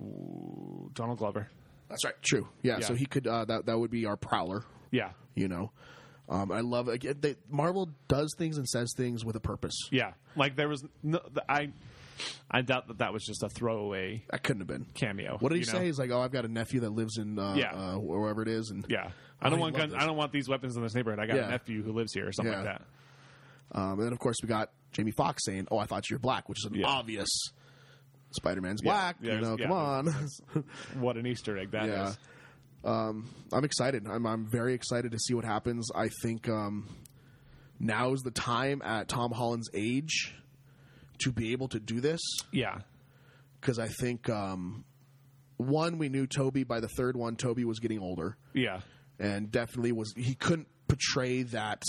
A: ooh, Donald Glover.
B: that's right. True. Yeah.
A: Yeah.
B: So he could. Uh, that that would be our Prowler.
A: Yeah,
B: You know. Um, I love again. They, Marvel does things and says things with a purpose.
A: yeah. Like there was no, th- I I doubt that that was just a throwaway
B: That couldn't have been.
A: cameo.
B: What did he
A: you know?
B: say? He's like, "Oh, I've got a nephew that lives in uh,
A: Yeah.
B: uh, wherever it is," and
A: Yeah, I don't
B: Oh,
A: want
B: he loved
A: gun,
B: this.
A: I don't want these weapons in this neighborhood. I got
B: Yeah.
A: a nephew who lives here or something like
B: Yeah.
A: that.
B: Um, and then, of course, we got Jamie Foxx saying, "Oh, I thought you were black," which is an
A: Yeah.
B: obvious Spider-Man's
A: Yeah.
B: black.
A: Yeah,
B: you
A: there's-
B: know,
A: yeah,
B: come on.
A: there's- that's- What an Easter egg that is!
B: yeah. Um, I'm excited. I'm I'm very excited to see what happens. I think um, now is the time at Tom Holland's age to be able to do this
A: Yeah,
B: because I think um, one we knew Toby by the third one. Toby was getting older
A: yeah,
B: and definitely was he couldn't portray that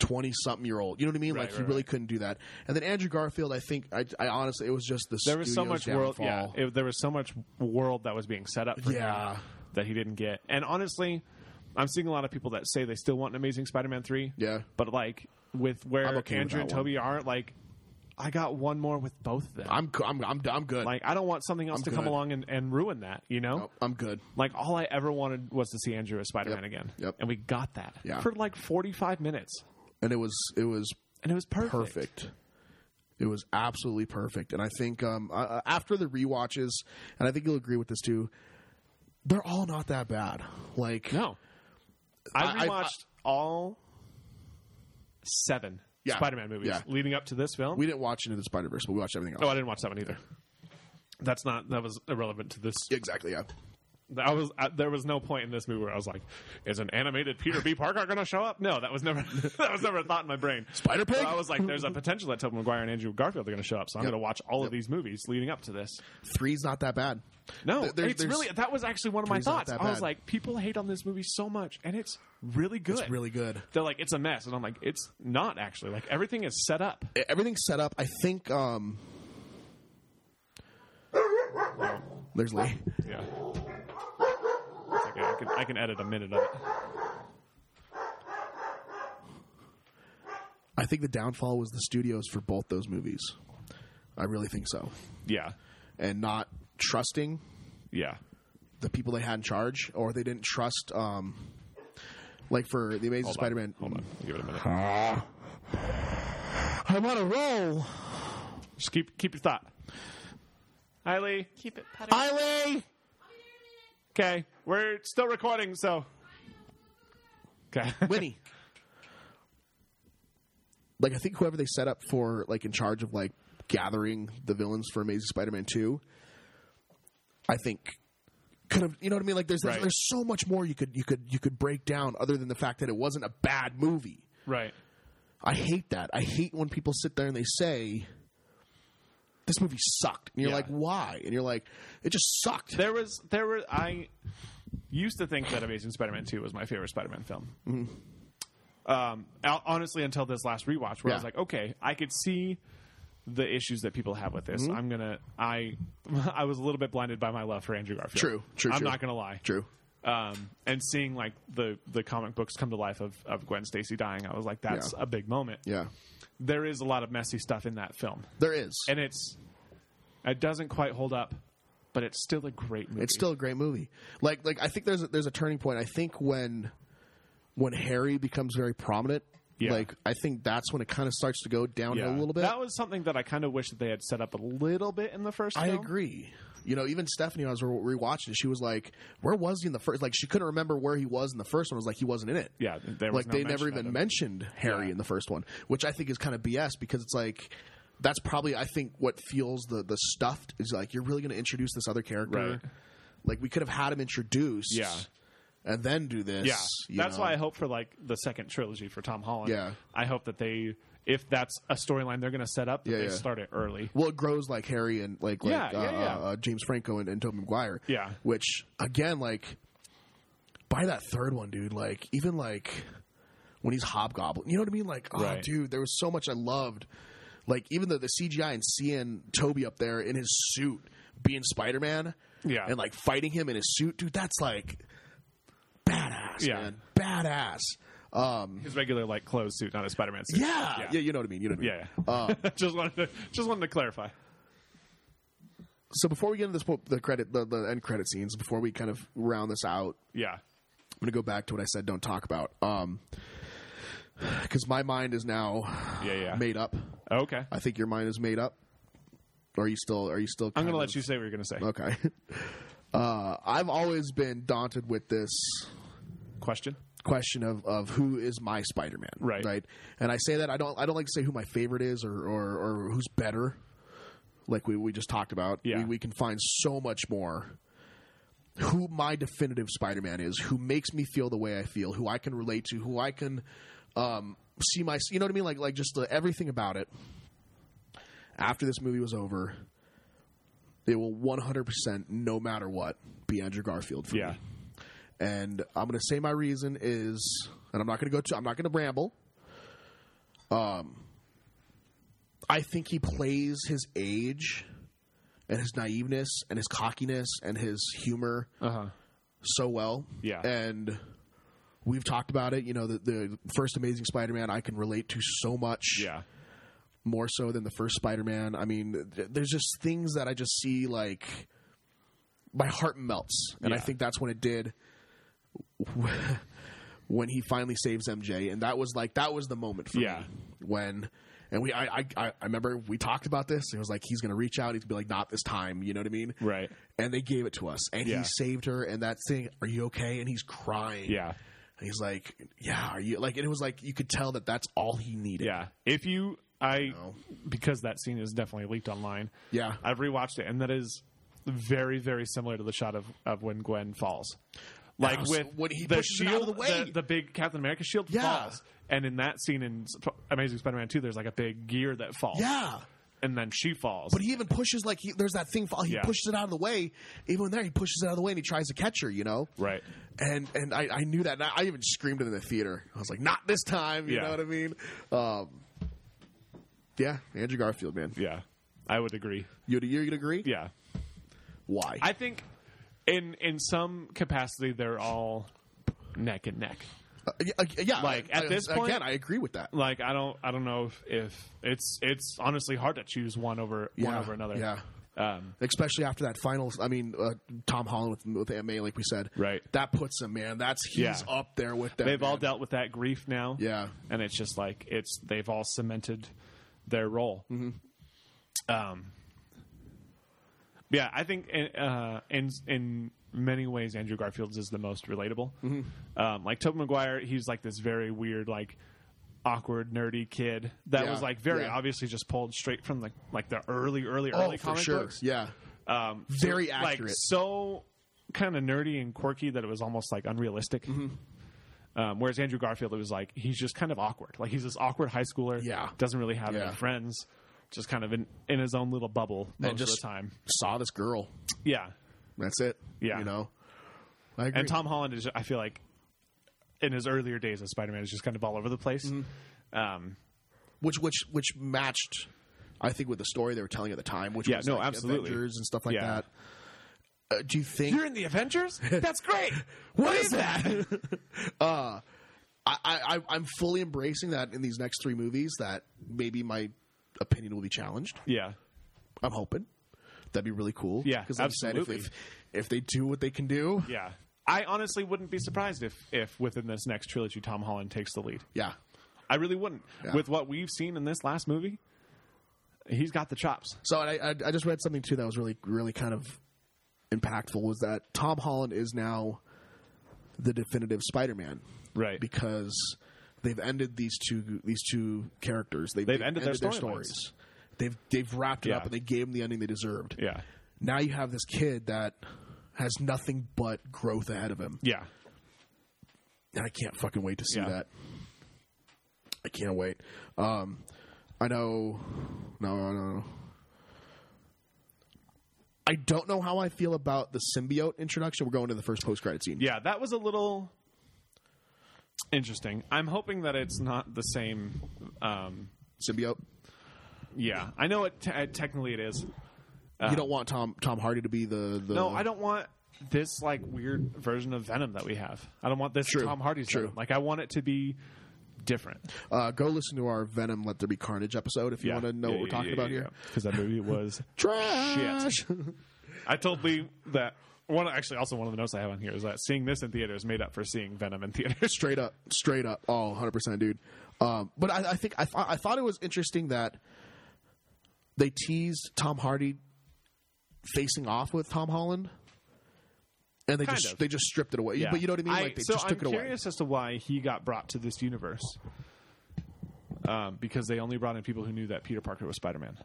B: 20 something year old you know what i mean
A: Right,
B: like he
A: right,
B: really
A: right.
B: couldn't do that and then andrew garfield i think i, I honestly it was just the
A: there was so
B: studio's
A: much world. Yeah,
B: downfall.
A: it, there was so much world that was being set up. For him
B: Yeah.
A: that he didn't get. And honestly, I'm seeing a lot of people that say they still want an Amazing Spider-Man three.
B: Yeah.
A: but like with where
B: I'm okay with
A: Andrew
B: that
A: and Toby are, like I got one more with both of them.
B: I'm, co- I'm i'm i'm good
A: like I don't want something else
B: I'm
A: to come
B: good.
A: along and, and ruin that. You know.
B: Nope, i'm good
A: Like all I ever wanted was to see Andrew as Spider-Man
B: Yep.
A: again,
B: Yep.
A: and we got that
B: Yeah.
A: for like 45 minutes,
B: and it was it was
A: and it was perfect.
B: perfect it was absolutely perfect and i think um uh, after the rewatches and i think you'll agree with this too they're all not that bad like
A: No, I
B: I- I-
A: rewatched all seven
B: Yeah.
A: Spider-Man movies
B: Yeah.
A: leading up to this film.
B: we didn't watch into the spider-verse but we watched everything else
A: oh, I didn't watch that one either. That's not that was irrelevant to this
B: exactly yeah
A: I was I, there was no point in this movie where I was like, "Is an animated Peter B. Parker going to show up?" No, that was never that was never a thought in my brain.
B: Spider Pig?
A: But I was like, "There's a potential that Tobey Maguire and Andrew Garfield are going to show up, so I'm
B: Yep.
A: going to watch all of these movies leading up to this."
B: three's not that bad
A: No,
B: There- there's-
A: it's
B: there's-
A: really that was actually one of my
B: Three's not
A: thoughts.
B: that
A: I was
B: bad.
A: like, people hate on this movie so much, and it's really good.
B: it's really good
A: They're like, it's a mess, and I'm like, it's not actually. Like everything is set up.
B: everything's set up. I think um there's Lee.
A: Yeah. It's okay. I can, I can edit a minute of it.
B: I think the downfall was the studios for both those movies. I really think so.
A: Yeah.
B: And not trusting
A: Yeah.
B: the people they had in charge or they didn't trust um like for the Amazing
A: Hold on.
B: Spider-Man.
A: Hold on. Give it a minute.
B: I'm on a roll.
A: Just keep keep your thought. Eileen.
C: Keep it petted.
B: Eileen.
A: Okay. We're still recording, so. Okay.
B: Winnie. Like I think whoever they set up for like in charge of like gathering the villains for Amazing Spider-Man 2 I think could have you know what I mean like there's there's,
A: Right.
B: there's so much more you could you could you could break down other than the fact that it wasn't a bad movie.
A: right.
B: I hate that. I hate when people sit there and they say this movie sucked. And you're
A: Yeah.
B: like, "Why?" And you're like, "It just sucked."
A: There was there were I used to think that Amazing Spider-Man Two was my favorite Spider-Man film. Um, hon- honestly, until this last rewatch, where I was
B: Mm-hmm. Yeah.
A: like, okay, I could see the issues that people have with this.
B: Mm-hmm.
A: I'm gonna I I was a little bit blinded by my love for Andrew Garfield.
B: True, true,
A: I'm
B: true.
A: not gonna lie.
B: True.
A: um, and seeing like the the comic books come to life of of Gwen Stacy dying, I was like, that's
B: Yeah.
A: a big moment.
B: Yeah,
A: There is a lot of messy stuff in that film,
B: there is.
A: and it's it doesn't quite hold up, but it's still a great movie.
B: It's still a great movie. Like like I think there's a, there's a turning point. I think when when Harry becomes very prominent,
A: Yeah.
B: like I think that's when it kind of starts to go downhill a little bit.
A: That was something that I kind of wish that they had set up a little bit in the first.
B: I
A: film.
B: agree. You know, even Stephanie, when I was re- rewatching, she was like, "Where was he in the first? Like, she couldn't remember where he was in the first one. It was like he wasn't in it.
A: Yeah, there was
B: like
A: no
B: they
A: mention
B: never
A: of
B: even
A: him.
B: mentioned Harry
A: Yeah.
B: in the first one, which I think is kind of BS because it's like that's probably I think what feels the the stuffed is like you're really going to introduce this other character.
A: Right.
B: Like we could have had him introduced,
A: Yeah.
B: and then do this.
A: Yeah,
B: you
A: that's
B: know?
A: why I hope for like the second trilogy for Tom Holland.
B: Yeah.
A: I hope that they, if that's a storyline they're going to set up, that
B: Yeah,
A: they
B: yeah.
A: start it early.
B: Well, it grows like Harry and like like
A: Yeah, yeah,
B: uh,
A: yeah.
B: Uh, uh, James Franco and, and Tobey Maguire.
A: Yeah.
B: which again, like by that third one, dude. Like even like when he's hobgoblin, you know what I mean? Like, oh,
A: Right.
B: dude, there was so much I loved. Like even the the CGI and seeing Toby up there in his suit being Spider Man,
A: Yeah.
B: and like fighting him in his suit, dude. That's like badass,
A: Yeah.
B: man, badass. Um,
A: His regular like clothes suit, not a Spider-Man suit.
B: yeah. yeah, Uh.
A: yeah,
B: you know what I mean. You know what I mean.
A: yeah. just wanted to just wanted to clarify.
B: So before we get into this, po- the credit, the, the end credit scenes, before we kind of round this out,
A: Yeah,
B: I'm gonna go back to what I said. Don't talk about, um, because my mind is now
A: yeah, yeah.
B: made up.
A: Okay,
B: I think your mind is made up. Are you still? Are you still?
A: I'm going
B: kind
A: to
B: of-
A: let you say what you're going to say.
B: Okay. Uh, I've always been daunted with this
A: Question.
B: question of, of who is my Spider-Man,
A: Right.
B: Right. And I say that I don't I don't like to say who my favorite is or or, or who's better. Like we, we just talked about,
A: Yeah.
B: we, we can find so much more. Who my definitive Spider-Man is, who makes me feel the way I feel, who I can relate to, who I can um, see my, you know what I mean, like like just the, everything about it. After this movie was over, it will 100%, no matter what, be Andrew Garfield for
A: Yeah.
B: me and I'm going to say my reason is, and I'm not going to go to, I'm not going to ramble. Um, I think he plays his age, and his naiveness, and his cockiness, and his humor
A: Uh huh.
B: so well.
A: Yeah.
B: and we've talked about it. You know, the, the first Amazing Spider-Man, I can relate to so much
A: Yeah.
B: more so than the first Spider-Man. I mean, th- there's just things that I just see like my heart melts, and I
A: Yeah.
B: think that's when it did. When he finally saves MJ, and that was like that was the moment for
A: Yeah.
B: me when. And we, I, I, I I remember we talked about this. It was like he's going to reach out. He's going to be like, "Not this time." You know what I mean?
A: Right.
B: And they gave it to us, and
A: Yeah.
B: he saved her. And that thing, "Are you okay?" And he's crying.
A: Yeah.
B: And he's like, "Yeah, are you?" Like, and it was like you could tell that that's all he needed.
A: Yeah. If you, I,
B: know.
A: because that scene is definitely leaked online.
B: Yeah.
A: I've rewatched it, and that is very, very similar to the shot of, of when Gwen falls. Like
B: Yeah, so
A: with
B: when he
A: the
B: pushes it
A: shield,
B: out of the way.
A: The, big Captain America shield
B: Yeah.
A: falls, and in that scene in Sp- Amazing Spider-Man Two, there's like a big gear that falls,
B: yeah.
A: and then she falls.
B: But he even pushes like he, there's that thing. fall- He
A: Yeah.
B: pushes it out of the way. Even there, he pushes it out of the way and he tries to catch her. You know,
A: right?
B: and and I, I knew that. And I, I even screamed it in the theater. I was like, "Not this time!" You
A: Yeah.
B: know what I mean? Um, yeah, Andrew Garfield, man.
A: Yeah, I would agree.
B: You'd you'd agree?
A: Yeah,
B: Why?
A: I think in in some capacity they're all neck and neck.
B: Uh, yeah, uh, yeah.
A: Like, at
B: I-
A: this
B: again,
A: point-
B: I agree with that.
A: Like I don't I don't know if, if it's it's honestly hard to choose one over one
B: Yeah,
A: over another.
B: yeah.
A: Um,
B: Especially after that final, I mean, uh, Tom Holland with, with MA, like we said,
A: Right.
B: That puts him, man. That's he's
A: Yeah.
B: up there with them.
A: they've all
B: man.
A: dealt with that grief now.
B: Yeah.
A: and it's just like it's they've all cemented their role.
B: Mm-hmm.
A: Um, yeah, I think in, uh, in in many ways Andrew Garfield's is the most relatable.
B: Mm-hmm.
A: Um, like Tobey Maguire, he's like this very weird, like awkward, nerdy kid that
B: Yeah,
A: was like very
B: yeah.
A: obviously just pulled straight from the like the early, early,
B: Oh,
A: early
B: for
A: comic
B: sure.
A: books.
B: Yeah.
A: Um,
B: Very
A: like,
B: accurate.
A: so kind of nerdy and quirky that it was almost like unrealistic.
B: Mm-hmm.
A: Um, whereas Andrew Garfield, it was like he's just kind of awkward. Like he's this awkward high schooler.
B: Yeah.
A: doesn't really have
B: Yeah.
A: any friends. Just kind of in, in his own little bubble most
B: and just
A: of the time.
B: saw this girl.
A: Yeah,
B: That's it.
A: Yeah.
B: you know. I agree.
A: and Tom Holland is. I feel like in his earlier days as Spider Man is just kind of all over the place.
B: Mm-hmm.
A: Um,
B: which which which matched, I think, with the story they were telling at the time. Which
A: Yeah,
B: was
A: no,
B: like
A: absolutely.
B: Avengers and stuff like
A: Yeah.
B: that. uh, do you think
A: You're in the Avengers? That's great.
B: What is that? uh, I, I, I'm fully embracing that in these next three movies. That maybe my opinion will be challenged.
A: yeah.
B: I'm hoping that'd be really cool.
A: Yeah,
B: because like you said,
A: absolutely.
B: if, if if they do what they can do, yeah.
A: Yeah. I honestly wouldn't be surprised if if within this next trilogy Tom Holland takes the lead. I really wouldn't.
B: Yeah.
A: With what we've seen in this last movie, he's got the chops.
B: So and I, I I just read something too that was really really kind of impactful was that Tom Holland is now the definitive Spider-Man
A: Right.
B: because they've ended these two these two characters. They've,
A: They've ended their storylines.
B: stories. They've they've wrapped it
A: Yeah.
B: up and they gave them the ending they deserved.
A: yeah.
B: now you have this kid that has nothing but growth ahead of him.
A: Yeah.
B: And I can't fucking wait to see
A: Yeah.
B: that. I can't wait. Um, I know. No, no, no, no. I don't know how I feel about the symbiote introduction. We're going to the first post credit scene.
A: Yeah, that was a little interesting. I'm hoping that it's not the same um
B: Symbiote.
A: yeah. I know it te- uh, technically it is.
B: you don't want Tom Tom Hardy to be the, the
A: No, I don't want this like weird version of Venom that we have. I don't want this
B: True,
A: Tom Hardy's
B: true.
A: Venom. Like I want it to be different.
B: Uh, go listen to our Venom Let There Be Carnage episode if you want to know what we're talking about here.
A: Because that movie was
B: Trash.
A: I told Lee that one actually also one of the notes I have on here is that seeing this in theaters made up for seeing Venom in theaters.
B: straight up, straight up. Oh, 100 percent, dude. Um, but I, I think I, thought I thought it was interesting that they teased Tom Hardy facing off with Tom Holland, and they
A: Kind
B: just
A: of.
B: they just stripped it away. But you know what I mean? like they
A: so
B: just
A: I'm
B: took it away.
A: curious as to why he got brought to this universe. Um, because they only brought in people who knew that Peter Parker was Spider Man.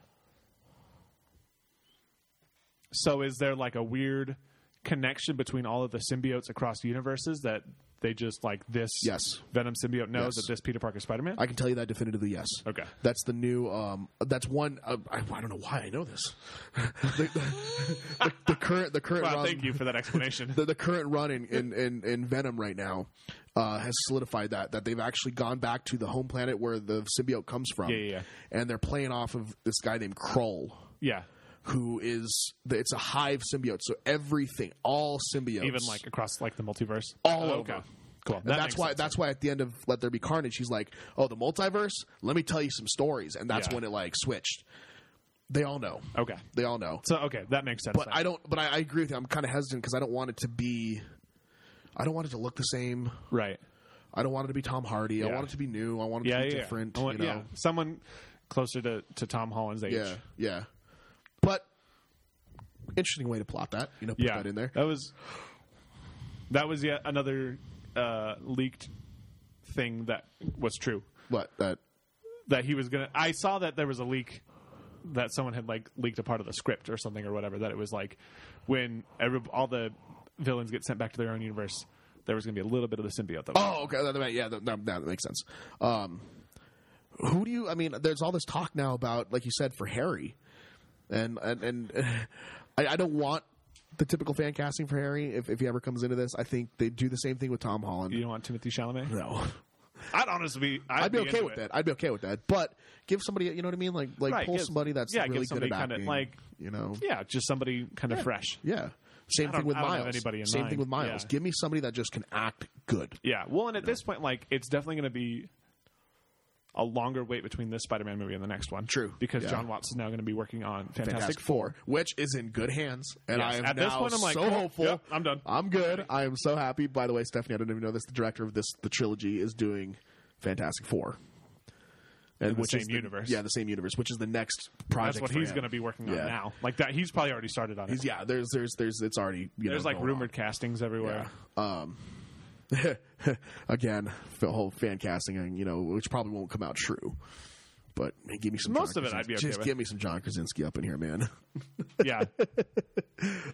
A: So is there like a weird connection between all of the symbiotes across universes that they just like this
B: Yes.
A: Venom symbiote knows
B: Yes.
A: that this Peter Parker is Spider Man?
B: I can tell you that definitively. Yes.
A: Okay.
B: That's the new. Um, that's one. Uh, I, I don't know why I know this. the, the- the current. The current.
A: Well,
B: run,
A: thank you for that explanation.
B: the, the current run in, in, in, in Venom right now uh, has solidified that that they've actually gone back to the home planet where the symbiote comes from.
A: Yeah, yeah, yeah.
B: And they're playing off of this guy named Kroll,
A: yeah.
B: who is the, it's a hive symbiote. So everything, all symbiotes,
A: Even like across like the multiverse.
B: all
A: Oh,
B: over.
A: okay. Cool.
B: And
A: That
B: that's
A: makes
B: why
A: sense.
B: that's why at the end of Let There Be Carnage, he's like, "Oh, the multiverse. Let me tell you some stories." And that's
A: Yeah.
B: when it like switched. They all know.
A: Okay.
B: They all know.
A: So okay, that makes sense.
B: But I don't. But I, I agree with you. I'm kind of hesitant because I don't want it to be. I don't want it to look the same.
A: right.
B: I don't want it to be Tom Hardy. I
A: Yeah.
B: want it to be new. I want it
A: Yeah,
B: to
A: yeah,
B: be
A: yeah.
B: different.
A: I want-
B: you
A: yeah,
B: know,
A: someone closer to, to Tom Holland's age.
B: yeah. yeah, But interesting way to plot that. You know, put
A: Yeah.
B: that in there.
A: That was that was yet another uh, leaked thing that was true.
B: What that?
A: That he was gonna. I saw that there was a leak that someone had like leaked a part of the script or something or whatever. That it was like when every, all the villains get sent back to their own universe, there was gonna be a little bit of the symbiote. That was
B: Oh, okay. That, that, yeah, that, that, that makes sense. Um, who do you? I mean, there's all this talk now about, like you said, for Harry, and and and I, I don't want the typical fan casting for Harry. If if he ever comes into this, I think they do the same thing with Tom Holland.
A: You don't want Timothy Chalamet?
B: No.
A: I'd honestly be. I'd,
B: I'd be okay
A: into
B: with
A: it.
B: that. I'd be okay with that. But give somebody, you know what I mean? Like, like
A: Right,
B: pull
A: give-
B: somebody that's
A: yeah, give
B: really
A: somebody
B: good at
A: kinda,
B: acting.
A: like-
B: you know, yeah.
A: Yeah, just somebody kind of fresh.
B: Same
A: don't-
B: thing with
A: I don't have
B: Miles.
A: anybody in
B: Same
A: mind.
B: thing with Miles.
A: Yeah.
B: Give me somebody that just can act good.
A: Yeah. Well, and at this point, like it's definitely going to be a longer wait between this Spider-Man movie and the next one.
B: True.
A: because
B: Yeah.
A: John Watts is now going to be working on Fantastic,
B: Fantastic
A: Four.
B: Four, which is in good hands, and
A: Yes.
B: I am
A: At this
B: now
A: point, I'm like,
B: so hopeful.
A: yep, I'm done.
B: I'm good. I am so happy. By the way, Stephanie, I didn't even know this. The director of this, the trilogy, is doing Fantastic Four,
A: the
B: and which is
A: same universe.
B: Yeah, the same universe, which is the next project.
A: That's what
B: for
A: he's
B: him.
A: going to be working on
B: Yeah.
A: now. Like that, he's probably already started on it.
B: Yeah, there's there's there's it's already you
A: There's
B: know,
A: like
B: going on.
A: rumored castings everywhere.
B: Um, again, the whole fan casting, and you know, which probably won't come out true. But man, give me some.
A: Most
B: John
A: of it I'd be
B: Krasinski.
A: okay
B: Just
A: with.
B: give me some John Krasinski up in here, man.
A: Yeah,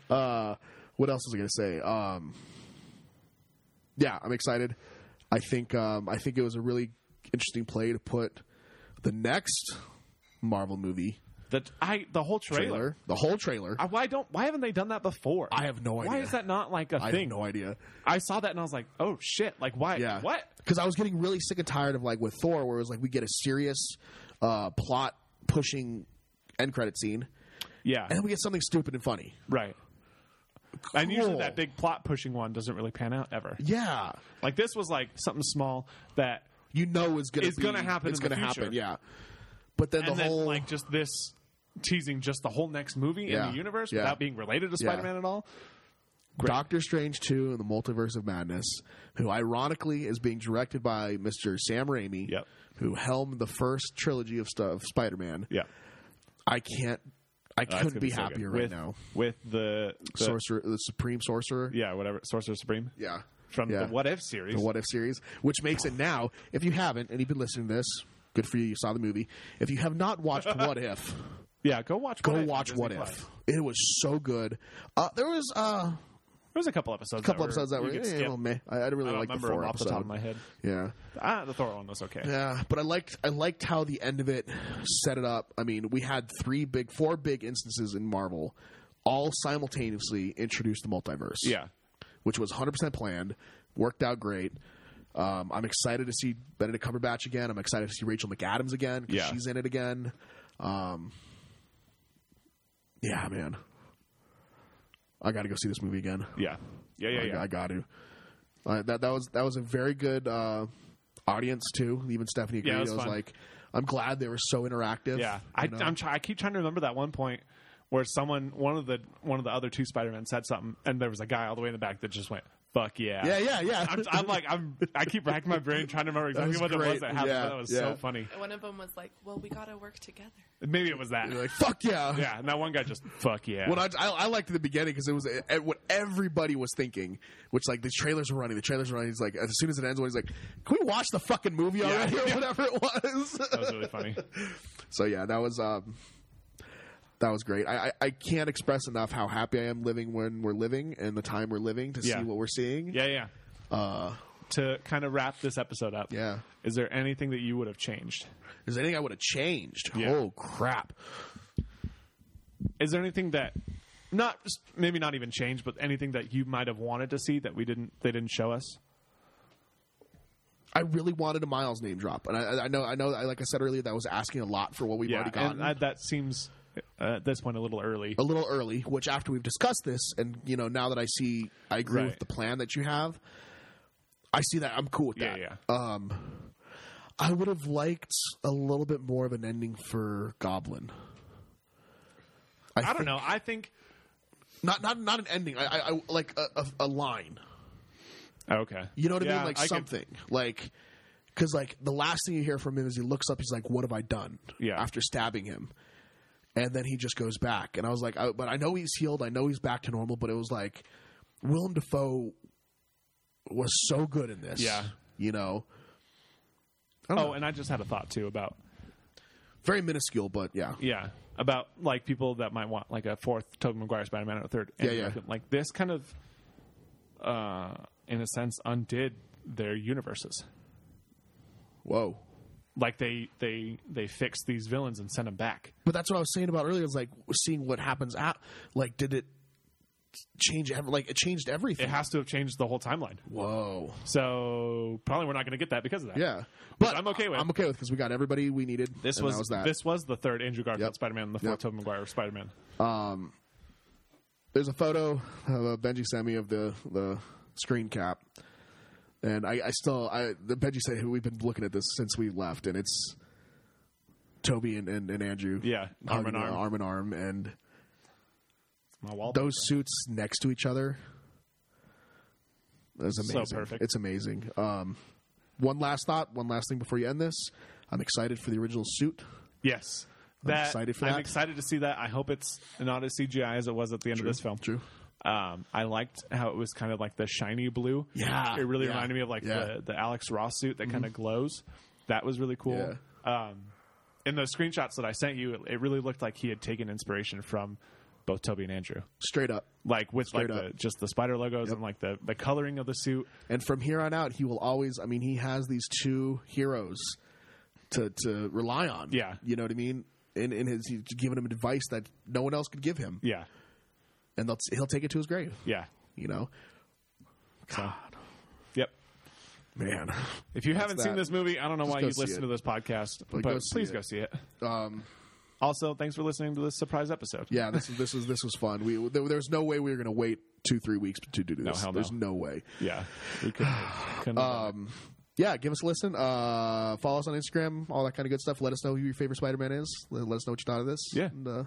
B: Uh, what else was I going to say? Um, yeah, I'm excited. I think um, I think it was a really interesting play to put the next Marvel movie
A: the I the whole trailer.
B: trailer, the whole trailer.
A: I, why don't why haven't they done that before?
B: I have no
A: Why
B: idea.
A: is that not like a
B: I have
A: thing?
B: no idea.
A: I saw that and I was like, oh shit! Like why?
B: Yeah.
A: What?
B: Because I was getting really sick and tired of like with Thor, where it was like we get a serious uh, plot pushing end credit scene,
A: Yeah.
B: and then we get something stupid and funny.
A: Right. And usually
B: Cool.
A: that big plot pushing one doesn't really pan out ever.
B: Yeah,
A: Like this was like something small that
B: you know is going to
A: It's gonna happen
B: It's
A: in the
B: gonna
A: future.
B: happen. Yeah, but then
A: and
B: the
A: then
B: whole
A: like just this teasing just the whole next movie
B: Yeah.
A: in the universe
B: Yeah.
A: without being related to
B: Yeah.
A: Spider-Man at all.
B: Doctor Strange 2 and the Multiverse of Madness, who ironically is being directed by Mr. Sam Raimi,
A: Yep.
B: who helmed the first trilogy of stuff Spider Man.
A: Yeah,
B: I can't I
A: That's
B: couldn't
A: gonna
B: be
A: so good.
B: happier right
A: with,
B: now.
A: with the, the
B: Sorcerer the Supreme Sorcerer.
A: yeah whatever Sorcerer Supreme
B: Yeah.
A: from
B: Yeah.
A: the What If series.
B: The What If series, which makes it now, if you haven't and you've been listening to this, good for you, you saw the movie. If you have not watched What If,
A: yeah, go watch
B: go
A: What If on
B: watch
A: Disney
B: What If.
A: Plus.
B: It was so good. Uh, there was uh,
A: There was a couple episodes.
B: a couple
A: that
B: episodes that
A: you
B: were
A: could
B: eh,
A: skip.
B: well, meh. I, I didn't
A: I
B: really
A: don't
B: like the
A: remember
B: four
A: them off
B: episode.
A: the top of my head.
B: Yeah.
A: Ah, the Thor one was okay.
B: Yeah, but I liked I liked how the end of it set it up. I mean, we had three big, four big instances in Marvel, all simultaneously introduced the multiverse.
A: Yeah.
B: which was 100 percent planned, worked out great. Um, I'm excited to see Benedict Cumberbatch again. I'm excited to see Rachel McAdams again. 'cause
A: Yeah.
B: she's in it again. Um, yeah, man, I got to go see this movie again.
A: yeah, yeah, yeah,
B: I,
A: yeah.
B: I got to. Uh, that that was that was a very good uh, audience too. Even Stephanie agreed.
A: Yeah, it
B: I
A: was
B: was,
A: fun.
B: like, I'm glad they were so interactive.
A: Yeah,
B: you
A: I,
B: know?
A: I'm try- I keep trying to remember that one point where someone one of the one of the other two Spider Men said something, and there was a guy all the way in the back that just went "fuck yeah."
B: yeah, yeah, yeah.
A: I'm, I'm like I'm I keep racking my brain trying to remember exactly
B: was
A: what it was
B: great.
A: that happened.
B: Yeah,
A: but that was
B: yeah.
A: so funny.
C: One of them was like, "Well, we gotta work together."
A: Maybe it was that.
B: They're like, fuck yeah.
A: yeah, and that one guy just fuck yeah.
B: What I, I, I liked the beginning because it was uh, what everybody was thinking, which like the trailers were running, the trailers were running. He's like, as soon as it ends, he's like, "Can we watch the fucking movie already?" Or whatever it was.
A: that was really funny.
B: So yeah, that was um, that was great. I, I I can't express enough how happy I am living when we're living and the time we're living to
A: Yeah.
B: see what we're seeing.
A: Yeah, yeah.
B: Uh,
A: To kind of wrap this episode up,
B: Yeah.
A: Is there anything that you would have changed?
B: is there anything I would have changed?
A: Yeah.
B: Oh crap!
A: Is there anything that not maybe not even changed, but anything that you might have wanted to see that we didn't they didn't show us?
B: I really wanted a Miles name drop, and I- I, I know I know. Like I said earlier, that was asking a lot for what we've already gotten.
A: and I, that seems uh, at this point a little early.
B: a little early, which after we've discussed this, and you know, now that I see, I agree
A: Right.
B: with the plan that you have. I see that. I'm cool with
A: Yeah,
B: that.
A: yeah.
B: Um, I would have liked a little bit more of an ending for Goblin.
A: I don't
B: think-
A: know. I think
B: Not not not an ending. I, I, I like a, a, a line.
A: okay.
B: You know what I
A: Yeah,
B: mean? Like
A: could-
B: something like. Because like the last thing you hear from him is he looks up, he's like, "What have I done?"
A: Yeah.
B: After stabbing him, and then he just goes back. And I was like, I, "But I know he's healed. I know he's back to normal." But it was like Willem Dafoe was so good in this.
A: Yeah.
B: You know. I don't
A: oh,
B: know.
A: and I just had a thought too about
B: very minuscule, but yeah,
A: yeah about like people that might want like a fourth Tobey Maguire Spider-Man or a third. Andrew
B: yeah.
A: Garfield. Like this kind of, uh, in a sense, undid their universes.
B: whoa.
A: Like they they they fixed these villains and sent them back.
B: But that's what I was saying about earlier. Is like seeing what happens at like did it change? ev- Like it changed everything.
A: It has to have changed the whole timeline.
B: whoa.
A: So probably we're not going to get that because of that.
B: Yeah,
A: Which I'm okay with.
B: I'm okay with because we got everybody we needed.
A: This
B: and
A: was,
B: that that.
A: this was the third Andrew Garfield
B: Yep.
A: Spider-Man and the fourth
B: Yep.
A: Tobey Maguire Spider-Man.
B: There's a photo uh, Benji sent me of the the screen cap, and I, I still I the Benji said we've been looking at this since we left, and it's Toby and, and, and Andrew.
A: Yeah, arm in
B: hugging, uh,
A: arm.
B: arm in arm, and
A: My wall.
B: those suits next to each other. That's amazing.
A: perfect.
B: It's amazing. Um, one last thought, one last thing before you end this. I'm excited for the original suit.
A: Yes. That,
B: excited for
A: I'm
B: that.
A: excited to see that. I hope it's not as CGI as it was at the end of this film.
B: True.
A: Um, I liked how it was kind of like the shiny blue.
B: Yeah.
A: It really
B: Yeah.
A: reminded me of like
B: Yeah. Mm-hmm.
A: the, the Alex Ross suit that kind of glows. That was really cool. Um, in the screenshots that I sent you, it, it really looked like he had taken inspiration from both Toby and Andrew.
B: Straight up.
A: Like with
B: Straight
A: like the,
B: up.
A: just the spider logos and like the, the coloring of the suit.
B: And from here on out, he will always. I mean, he has these two heroes to to rely on.
A: Yeah.
B: you know what I mean. And in his, he's giving him advice that no one else could give him,
A: Yeah.
B: and they'll, he'll take it to his grave.
A: Yeah.
B: You know,
A: So, yep.
B: man.
A: If you haven't seen
B: that.
A: this movie, I don't know why
B: go
A: you
B: see
A: listen
B: it.
A: to this podcast, but,
B: go see
A: please
B: it.
A: go see it.
B: Um,
A: Also, thanks for listening to this surprise episode.
B: yeah, this is this is this was fun. We there, there was no way we were going to wait two three weeks to do this.
A: hell no.
B: There's no way.
A: Yeah, we couldn't. couldn't um,
B: yeah, give us a listen. Uh, follow us on Instagram, all that kind of good stuff. Let us know who your favorite Spider Man is. Let let us know what you thought of this.
A: Yeah.
B: And, uh,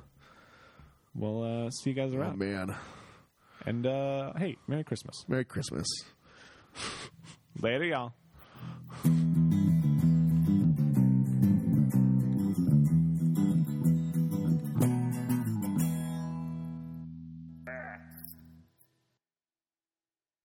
A: we'll uh, see you guys
B: oh,
A: around.
B: man.
A: and uh, hey, Merry Christmas.
B: Merry Christmas.
A: Later, y'all.